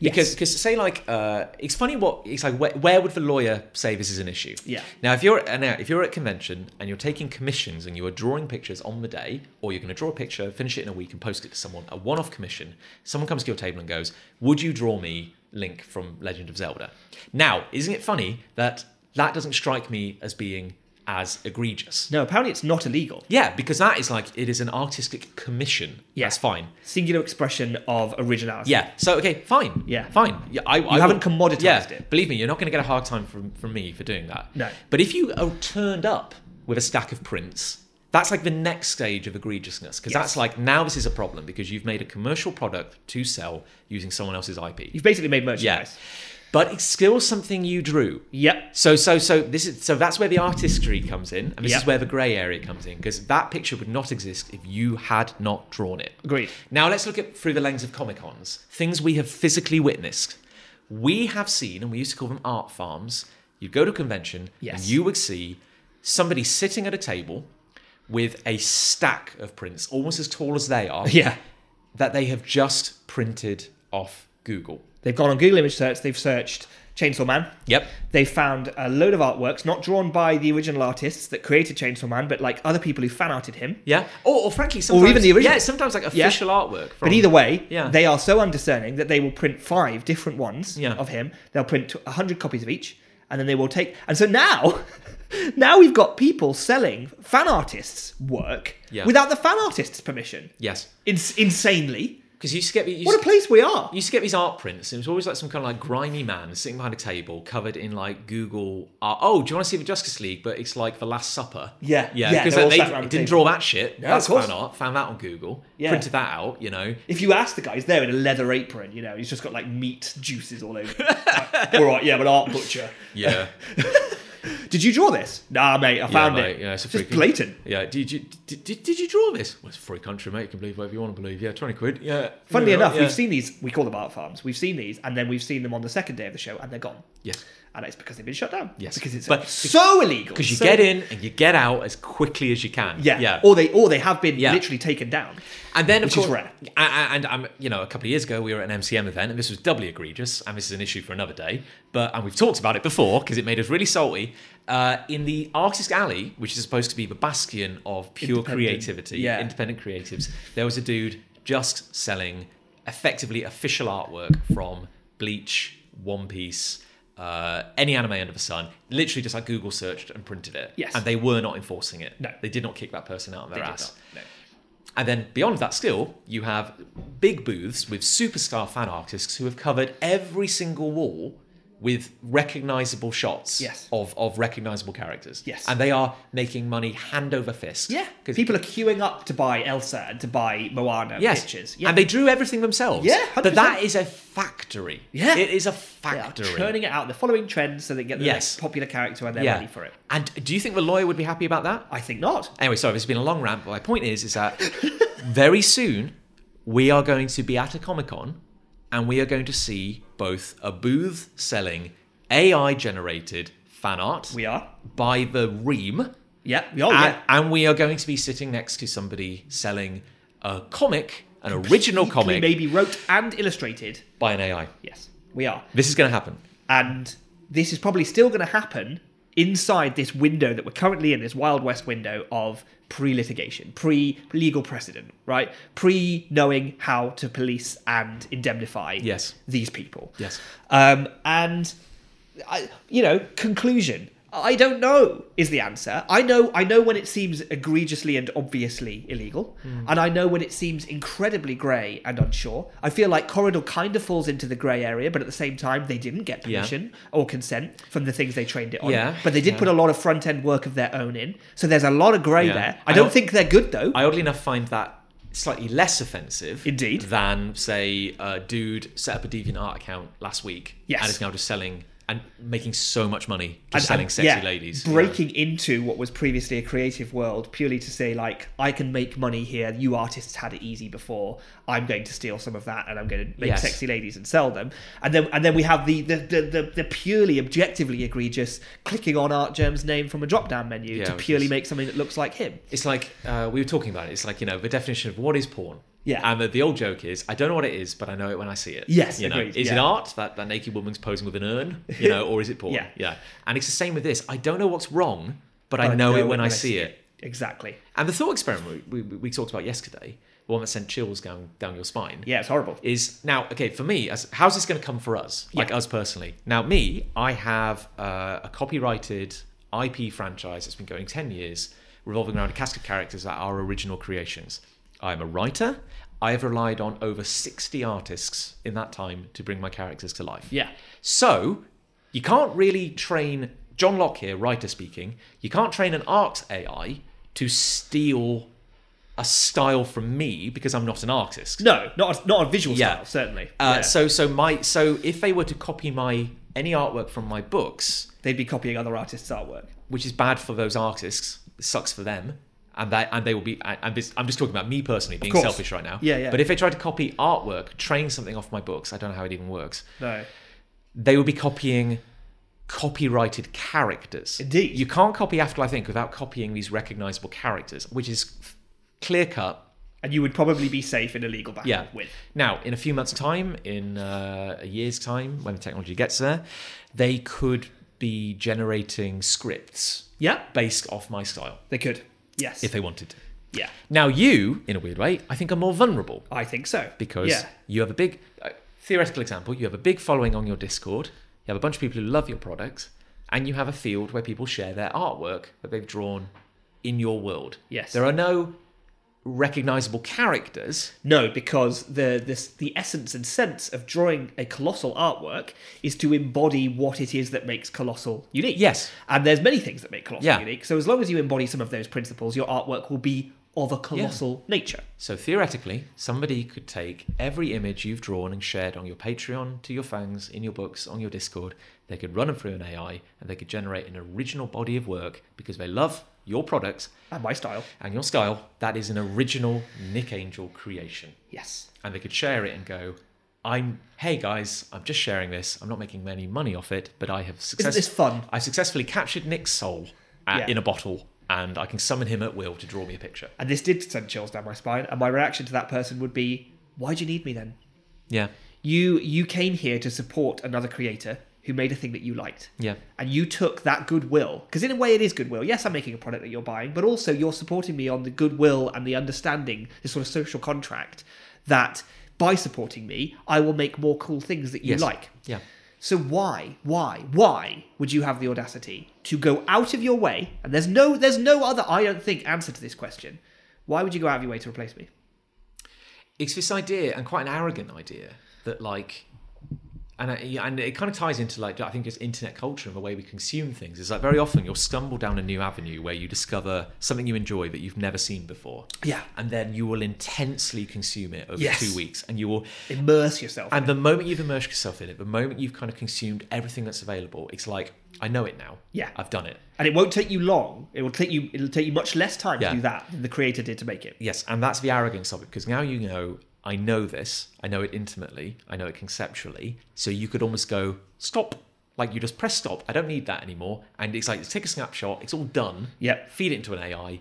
Yes. Because, because say like uh, it's funny what it's like where, where would the lawyer say this is an issue? Yeah. Now if you're uh, now if you're at a convention and you're taking commissions and you are drawing pictures on the day, or you're going to draw a picture, finish it in a week, and post it to someone a one-off commission, someone comes to your table and goes, "Would you draw me Link from Legend of Zelda?" Now, isn't it funny that that doesn't strike me as being as egregious? No, apparently it's not illegal. Yeah, because that is like it is an artistic commission. Yeah. That's fine. Singular expression of originality. Yeah. So okay, fine. Yeah. Fine. Yeah, I, I haven't will- commoditized yeah, it. Believe me, you're not going to get a hard time from from me for doing that. No. But if you are turned up with a stack of prints, that's like the next stage of egregiousness because Yes. that's like now this is a problem because you've made a commercial product to sell using someone else's IP. You've basically made Yeah. merchandise. But it's still something you drew. Yep. So so so this is so that's where the artistry comes in, and this Yeah. is where the grey area comes in because that picture would not exist if you had not drawn it. Agreed. Now let's look at through the lens of Comic Cons, things we have physically witnessed. We have seen, and we used to call them art farms. You'd go to a convention, Yes. and you would see somebody sitting at a table with a stack of prints, almost as tall as they are, Yeah. that they have just printed off Google. They've gone on Google image search. They've searched Chainsaw Man. Yep. They found a load of artworks not drawn by the original artists that created Chainsaw Man, but like other people who fan arted him. Yeah. Or, or frankly, sometimes even the original. Yeah, sometimes like Yeah. official artwork. From, But either way, Yeah. they are so undiscerning that they will print five different ones Yeah. of him. They'll print a hundred copies of each, and then they will take. And so now, now we've got people selling fan artists' work Yeah. without the fan artists' permission. Yes. Ins insanely, Because you used to get you used, what a place we are! you used to get these art prints, and it was always like some kind of like grimy man sitting behind a table, covered in like Google. Art. Oh, do you want to see the Justice League? But it's like the Last Supper. Yeah, yeah, yeah. Because they're all they, sat around the didn't table. draw that shit. No, That's of course. fan art. Found that on Google. Yeah. Printed that out. You know. If you ask the guy, he's there in a leather apron, you know, he's just got like meat juices all over. Like, all right, yeah, I'm an art butcher. Yeah. Did you draw this? Nah, mate, I found mate, it. yeah, it's a just freaking- blatant. yeah. Did you did, did, did you draw this? Well, it's a free country, mate. You can believe whatever you want to believe. Yeah, twenty quid. Yeah. Funnily Yeah, enough, yeah. we've seen these. We call them art farms. We've seen these, and then we've seen them on the second day of the show, and they're gone. Yes. And it's because they've been shut down. Yes. because it's But- so illegal. Because you so- get in and you get out as quickly as you can. yeah, Yeah. or they or they have been Yeah. literally taken down. And then, of is course, rare. a- a- and I'm, you know, a couple of years ago we were at an MCM event, and this was doubly egregious, and this is an issue for another day. But and we've talked about it before because it made us really salty. Uh, in the Artist Alley, which is supposed to be the bastion of pure Independent, creativity, yeah. independent creatives, there was a dude just selling effectively official artwork from Bleach, One Piece. Uh, any anime under the sun, literally just like Google searched and printed it. Yes. And they were not enforcing it. No. They did not kick that person out of their They did ass. not. And then beyond that, still, you have big booths with superstar fan artists who have covered every single wall with recognizable shots Yes. of, of recognizable characters. Yes. And they are making money hand over fist. Yeah, Because people are queuing up to buy Elsa and to buy Moana yes. pictures. Yeah, And they drew everything themselves. Yeah, But that 100%. is a factory. Yeah. It is a They are factory. churning it out. They're following trends so they get the Yes. next popular character and they're ready for it. And do you think the lawyer would be happy about that? I think not. Anyway, sorry, this has been a long rant, but my point is, is that very soon we are going to be at a Comic Con and we are going to see both a booth selling AI generated fan art We are. by the Ream, Yeah, we are. and, yeah. and we are going to be sitting next to somebody selling a comic, an original Equally comic Maybe wrote and illustrated. by an AI. Yes, we are. This is going to happen. And this is probably still going to happen inside this window that we're currently in, this Wild West window of pre litigation, pre legal precedent, right? Pre knowing how to police and indemnify Yes. these people. Yes. Um, and I, you know, conclusion. I don't know is the answer. I know I know when it seems egregiously and obviously illegal, Hmm. and I know when it seems incredibly grey and unsure. I feel like Corridor kind of falls into the grey area, but at the same time, they didn't get Yeah. permission or consent from the things they trained it on. Yeah, But they did yeah. put a lot of front end work of their own in, so there's a lot of grey Yeah. there. I I don't al- think they're good though. I oddly enough find that slightly less offensive, Indeed. than say a dude set up a DeviantArt account last week, Yes. and is now just selling and making so much money And- just selling and, sexy yeah, ladies. breaking into what was previously a creative world purely to say like i can make money here you artists had it easy before i'm going to steal some of that and i'm going to make Yes. sexy ladies and sell them and then and then we have the the the, the, the purely objectively egregious clicking on art germ's name from a drop down menu Yeah, to which purely is- make something that looks like him It's like uh, we were talking about it. It's like you know the definition of what is porn. Yeah. And the, the old joke is, I don't know what it is, but I know it when I see it. Yes, you know, agreed, is it yeah. art that that naked woman's posing with an urn, you know, or is it porn? Yeah. yeah. And it's the same with this. I don't know what's wrong, but, I, know it when, I see it. exactly And the thought experiment we, we, we talked about yesterday, the one that sent chills down down your spine, yeah it's horrible is now okay for me. As how's this going to come for us, like Yeah. us personally? Now, me, I have uh, a copyrighted IP franchise that's been going ten years, revolving around a cast of characters that are original creations. I'm a writer. I have relied on over sixty artists in that time to bring my characters to life. yeah So you can't really train John Locke here, writer speaking. You can't train an art AI to steal a style from me because I'm not an artist. no not a, not a visual Yeah. style certainly Uh, Yeah. So so my so if they were to copy my any artwork from my books, they'd be copying other artists artwork which is bad for those artists, it sucks for them. And that, and they will be. I- I'm just, I'm just talking about me personally being course. selfish right now. Yeah, yeah. But if they tried to copy artwork, train something off my books, I don't know how it even works. no they will be copying copyrighted characters. Indeed. You can't copy Afterlife Inc. without copying these recognizable characters, which is clear cut. and you would probably be safe in a legal battle Yeah. with Now, in a few months' time, in uh, a year's time, when the technology gets there, they could be generating scripts yeah based off my style They could. Yes. if they wanted to. yeah. Now, you, in a weird way, I think are more vulnerable I think so. because yeah. you have a big uh, theoretical example you have a big following on your discord you have a bunch of people who love your products and you have a field where people share their artwork that they've drawn in your world Yes. there are no recognizable characters No, because the this the essence and sense of drawing a colossal artwork is to embody what it is that makes colossal unique. Yes. And there's many things that make colossal Yeah. unique. So as long as you embody some of those principles, your artwork will be of a colossal nature. so theoretically somebody could take every image you've drawn and shared on your patreon to your fangs in your books on your discord they could run them through an ai and they could generate an original body of work because they love your products And my style. and your style that is an original nick angel creation Yes. and they could share it and go, "I'm hey guys, I'm just sharing this. I'm not making any money off it, but I have Isn't this success- fun? I successfully captured Nick's soul uh, Yeah. in a bottle, and I can summon him at will to draw me a picture." And this did send chills down my spine. And my reaction to that person would be, Why'd you need me then? Yeah, You you came here to support another creator who made a thing that you liked. yeah, and you took that goodwill because in a way it is goodwill yes i'm making a product that you're buying but also you're supporting me on the goodwill and the understanding this sort of social contract that by supporting me i will make more cool things that you Yes. like yeah. so why why why would you have the audacity to go out of your way and there's no there's no other i don't think answer to this question why would you go out of your way to replace me It's this idea, and quite an arrogant idea, that like and I, yeah, and it kind of ties into like I think it's internet culture and the way we consume things. Is like very often you'll stumble down a new avenue where you discover something you enjoy that you've never seen before. Yeah. and then you will intensely consume it over Yes. two weeks, and you will. Immerse yourself. And the moment you've immersed yourself in it, the moment you've kind of consumed everything that's available, it's like I know it now. Yeah. I've done it. and it won't take you long. It will take you. It'll take you much less time Yeah. to do that than the creator did to make it. Yes, and that's the arrogance of it because now you know I know this, I know it intimately, I know it conceptually. So you could almost go stop, like you just press stop. I don't need that anymore. And it's like take a snapshot. It's all done. Yep. Feed it into an AI.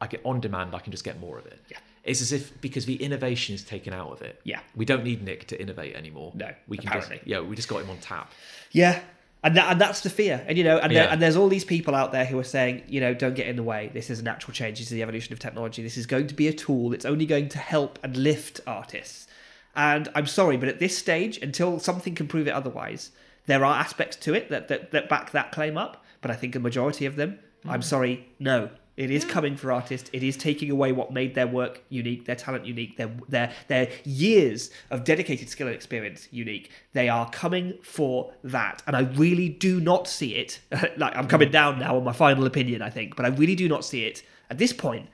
I get on demand. I can just get more of it. Yeah. It's as if because the innovation is taken out of it. Yeah. We don't need Nick to innovate anymore. No, We can just apparently. yeah. We just got him on tap. Yeah. And, that, and that's the fear, and you know, and, there, Yeah. and there's all these people out there who are saying, you know, don't get in the way. This is a natural change. This is the evolution of technology. This is going to be a tool. It's only going to help and lift artists. And I'm sorry, but at this stage, until something can prove it otherwise, there are aspects to it that that, that back that claim up. But I think a majority of them, Hmm. I'm sorry, no. It is coming for artists. It is taking away what made their work unique, their talent unique, their their their years of dedicated skill and experience unique. They are coming for that, and I really do not see it. like I'm Hmm. coming down now on my final opinion, I think, but I really do not see it at this point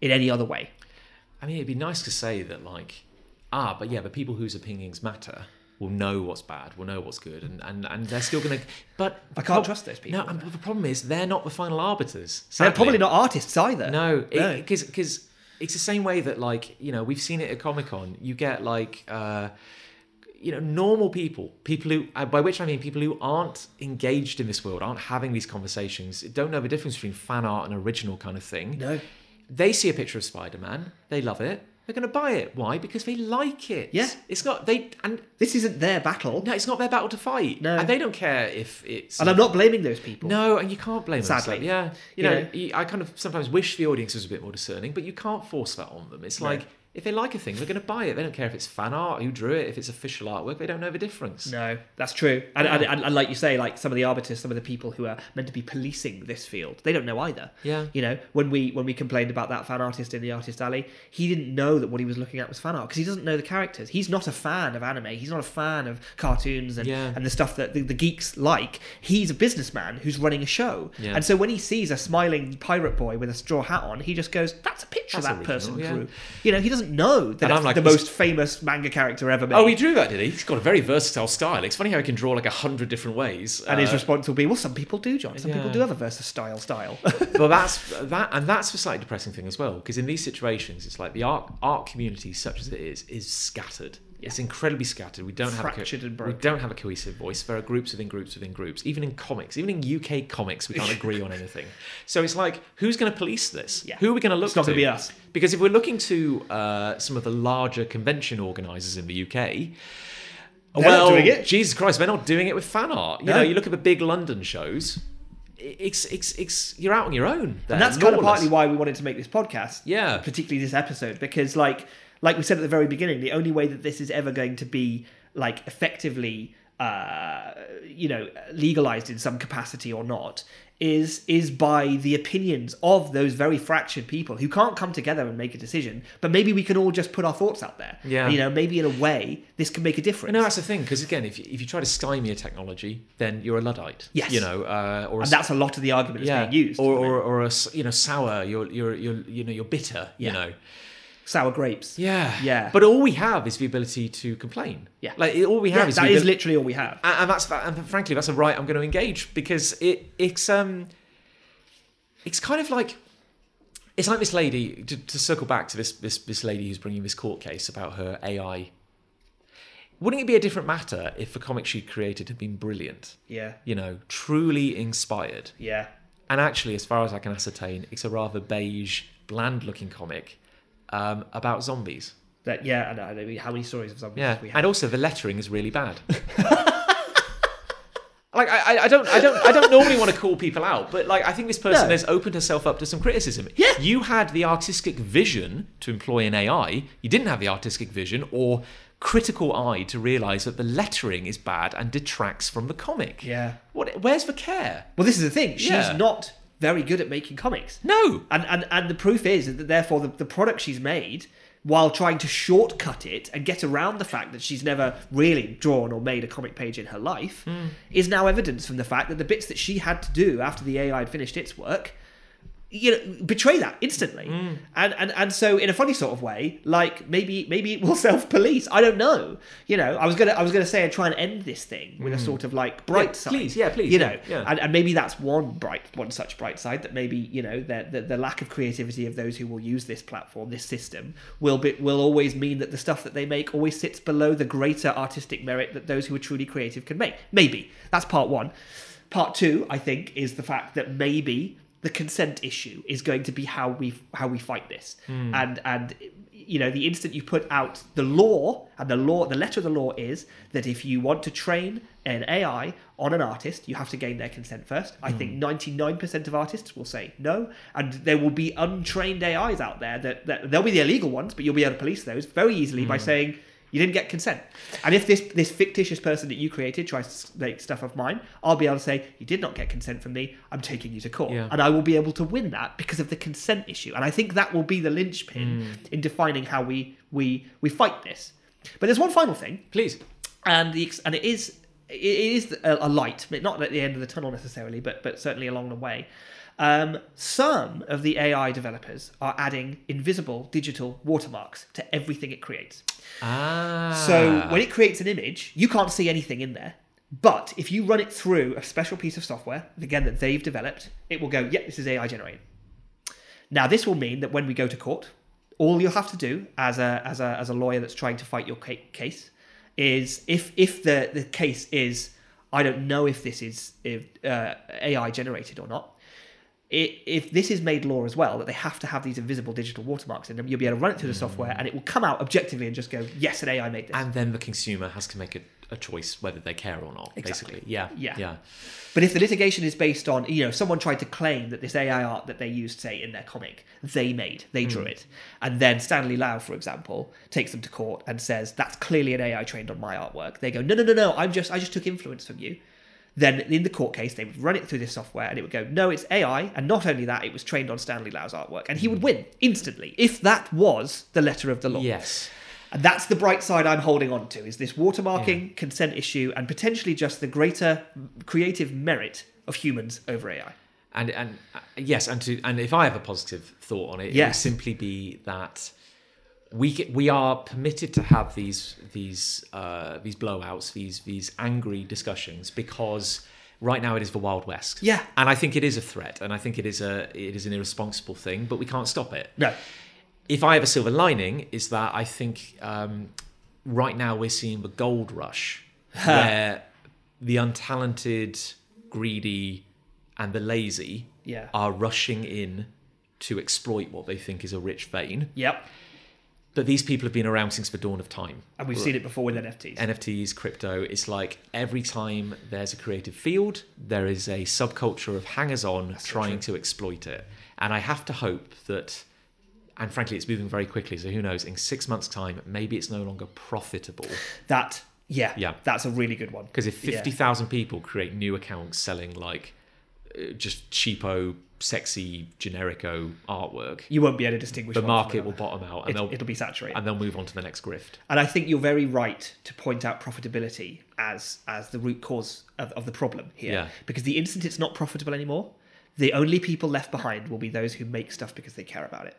in any other way. I mean, it'd be nice to say that, like, ah, but yeah, the people whose opinions matter will know what's bad, will know what's good, and and, and they're still going to. But I can't trust those people. No, and the problem is they're not the final arbiters. They're sadly. probably not artists either. No, No. because because it's the same way that like you know we've seen it at Comic Con. You get like. uh you know, normal people, people who, uh, by which I mean people who aren't engaged in this world, aren't having these conversations, don't know the difference between fan art and original kind of thing. No. They see a picture of Spider Man, they love it, they're going to buy it. Why? Because they like it. Yeah. It's not, they, and this isn't their battle, no, it's not their battle to fight. No. And they don't care if it's. and I'm not blaming those people. No, and you can't blame them. Sadly. So, yeah, you, You know, know? you- I kind of sometimes wish the audience was a bit more discerning, but you can't force that on them. It's No. like if they like a thing, they're going to buy it. They don't care if it's fan art, who drew it, if it's official artwork. They don't know the difference. No, that's true. And, and, and, and like you say, like some of the arbiters, some of the people who are meant to be policing this field, they don't know either. Yeah. You know, when we when we complained about that fan artist in the artist alley, he didn't know that what he was looking at was fan art because he doesn't know the characters. He's not a fan of anime. He's not a fan of cartoons and Yeah. and the stuff that the, the geeks like. He's a businessman who's running a show, Yeah. and so when he sees a smiling pirate boy with a straw hat on, he just goes, "That's a picture That's that original, person yeah. drew." You know, he doesn't know that And I'm that's like, the this- most famous manga character ever made. Oh, he drew that, did he? He's got a very versatile style. It's funny how he can draw like a hundred different ways. And his uh, response will be, "Well, some people do, John. Some people Yeah. do have a versus style style." well, that's that, and that's the slightly depressing thing as well, because in these situations, it's like the art art community, such as it is, is scattered. It's incredibly scattered. We don't Fractured have a and we broken. don't have a cohesive voice. There are groups within groups within groups, even in comics, even in UK comics, we can't agree on anything. So it's like, who's going to police this? Yeah. Who are we going to look? It's not gonna to? be us. Because if we're looking to uh, some of the larger convention organisers in the UK, not well, doing it. Jesus Christ, they're not doing it with fan art. You No. know, you look at the big London shows. It's, it's, it's, you're out on your own. and that's kind of partly why we wanted to make this podcast, Yeah. particularly this episode, because like like we said at the very beginning, the only way that this is ever going to be like effectively, uh, you know, legalized in some capacity or not is is by the opinions of those very fractured people who can't come together and make a decision. But maybe we can all just put our thoughts out there. Yeah. you know, maybe in a way this can make a difference. No, that's the thing. Because again, if you, if you try to stymie a technology, then you're a luddite. Yes. You know, uh, or a, and that's a lot of the argument that's yeah, being used. or or, or a s- you know sour. You're you're you're you know you're bitter. You Yeah. know. sour grapes. Yeah. Yeah. But all we have is the ability to complain. Yeah. Like all we have Yeah, is that the is abil- literally all we have. and, and that's and frankly that's a right I'm going to engage because it it's um it's kind of like it's like this lady to, to circle back to this this this lady who's bringing this court case about her AI. Wouldn't it be a different matter if the comic she created had been brilliant? Yeah, You know, truly inspired. yeah, And actually, as far as I can ascertain, it's a rather beige, bland-looking comic um, about zombies. that yeah. And I mean, how many stories of zombies Yeah, we have? and also the lettering is really bad. like I, I- I don't, I don't, I don't normally want to call people out, but like I think this person No. has opened herself up to some criticism. Yeah. you had the artistic vision to employ an AI. You didn't have the artistic vision or critical eye to realise that the lettering is bad and detracts from the comic. Yeah. What? Where's the care? Well, this is the thing. She's Yeah. not very good at making comics, No. and and and the proof is that therefore the, the product she's made while trying to shortcut it and get around the fact that she's never really drawn or made a comic page in her life Hmm. is now evidence from the fact that the bits that she had to do after the AI had finished its work you know betray that instantly Hmm. and, and and so in a funny sort of way like maybe maybe it will self-police i don't know you know i was gonna i was gonna say and try and end this thing with a sort of like bright Hmm. Yeah, side please, yeah, please, you yeah, know yeah. And, and maybe that's one bright one such bright side that maybe you know the, the the lack of creativity of those who will use this platform this system will be will always mean that the stuff that they make always sits below the greater artistic merit that those who are truly creative can make maybe that's part one part two i think is the fact that maybe the consent issue is going to be how we how we fight this and and you know the instant you put out the law and the law the letter of the law is that if you want to train an ai on an artist you have to gain their consent first i think 99% of artists will say no and there will be untrained ais out there that, that they'll be the illegal ones but you'll be able to police those very easily by saying you didn't get consent. And if this this fictitious person that you created tries to make stuff of mine, I'll be able to say you did not get consent from me. I'm taking you to court, Yeah. and I will be able to win that because of the consent issue. And I think that will be the linchpin in defining how we we we fight this. But there's one final thing Please. and the ex- and it is it is a, a light, but not at the end of the tunnel necessarily, but but certainly along the way. Um, some of the AI developers are adding invisible digital watermarks to everything it creates. Ah. So when it creates an image, you can't see anything in there. But if you run it through a special piece of software, again that they've developed, it will go, "Yep, this is AI generated." Now this will mean that when we go to court, all you'll have to do as a as a as a lawyer that's trying to fight your ca- case is if if the the case is I don't know if this is if, uh, AI generated or not. i- If this is made law as well, that they have to have these invisible digital watermarks in them, you'll be able to run it through the software and it will come out objectively and just go, yes, an AI made this. and then the consumer has to make a, a choice whether they care or not, Exactly. basically. Yeah. Yeah. Yeah. But if the litigation is based on, you know, if someone tried to claim that this AI art that they used, say, in their comic, they made, they drew it, and then Stanley Lau, for example, takes them to court and says that's clearly an AI trained on my artwork. They go, no, no, no, no, I'm just, I just took influence from you. Then in the court case, they would run it through this software, and it would go, no, it's AI, and not only that, it was trained on Stanley Lau's artwork, and he would win instantly if that was the letter of the law. Yes. And that's the bright side I'm holding on to is this watermarking, consent issue, and potentially just the greater creative merit of humans over AI. and and uh, yes, and to and if I have a positive thought on it, it would Yes. simply be that we ca- we are permitted to have these these uh, these blowouts, these these angry discussions because right now it is the wild west. Yeah. and I think it is a threat, and I think it is a it is an irresponsible thing, but we can't stop it No. if I have a silver lining, is that I think um, right now we're seeing the gold rush, where the untalented, greedy, and the lazy Yeah. are rushing in to exploit what they think is a rich vein. Yep. But these people have been around since the dawn of time. And we've seen it before with NFTs. NFTs, crypto, it's like every time there's a creative field, there is a subculture of hangers on trying to exploit it. And I have to hope that, and frankly, it's moving very quickly. So who knows, in six months' time, maybe it's no longer profitable. that yeah, Yeah. That's a really good one. Because if Yeah. 50,000 people create new accounts selling like uh, just cheapo, sexy, generico artwork, You won't be able to distinguish the one from market will another. bottom out and, It- they'll, it'll be saturated. and they'll move on to the next grift. And I think you're very right to point out profitability as as the root cause of, of the problem here. Yeah. Because the instant it's not profitable anymore, the only people left behind will be those who make stuff because they care about it.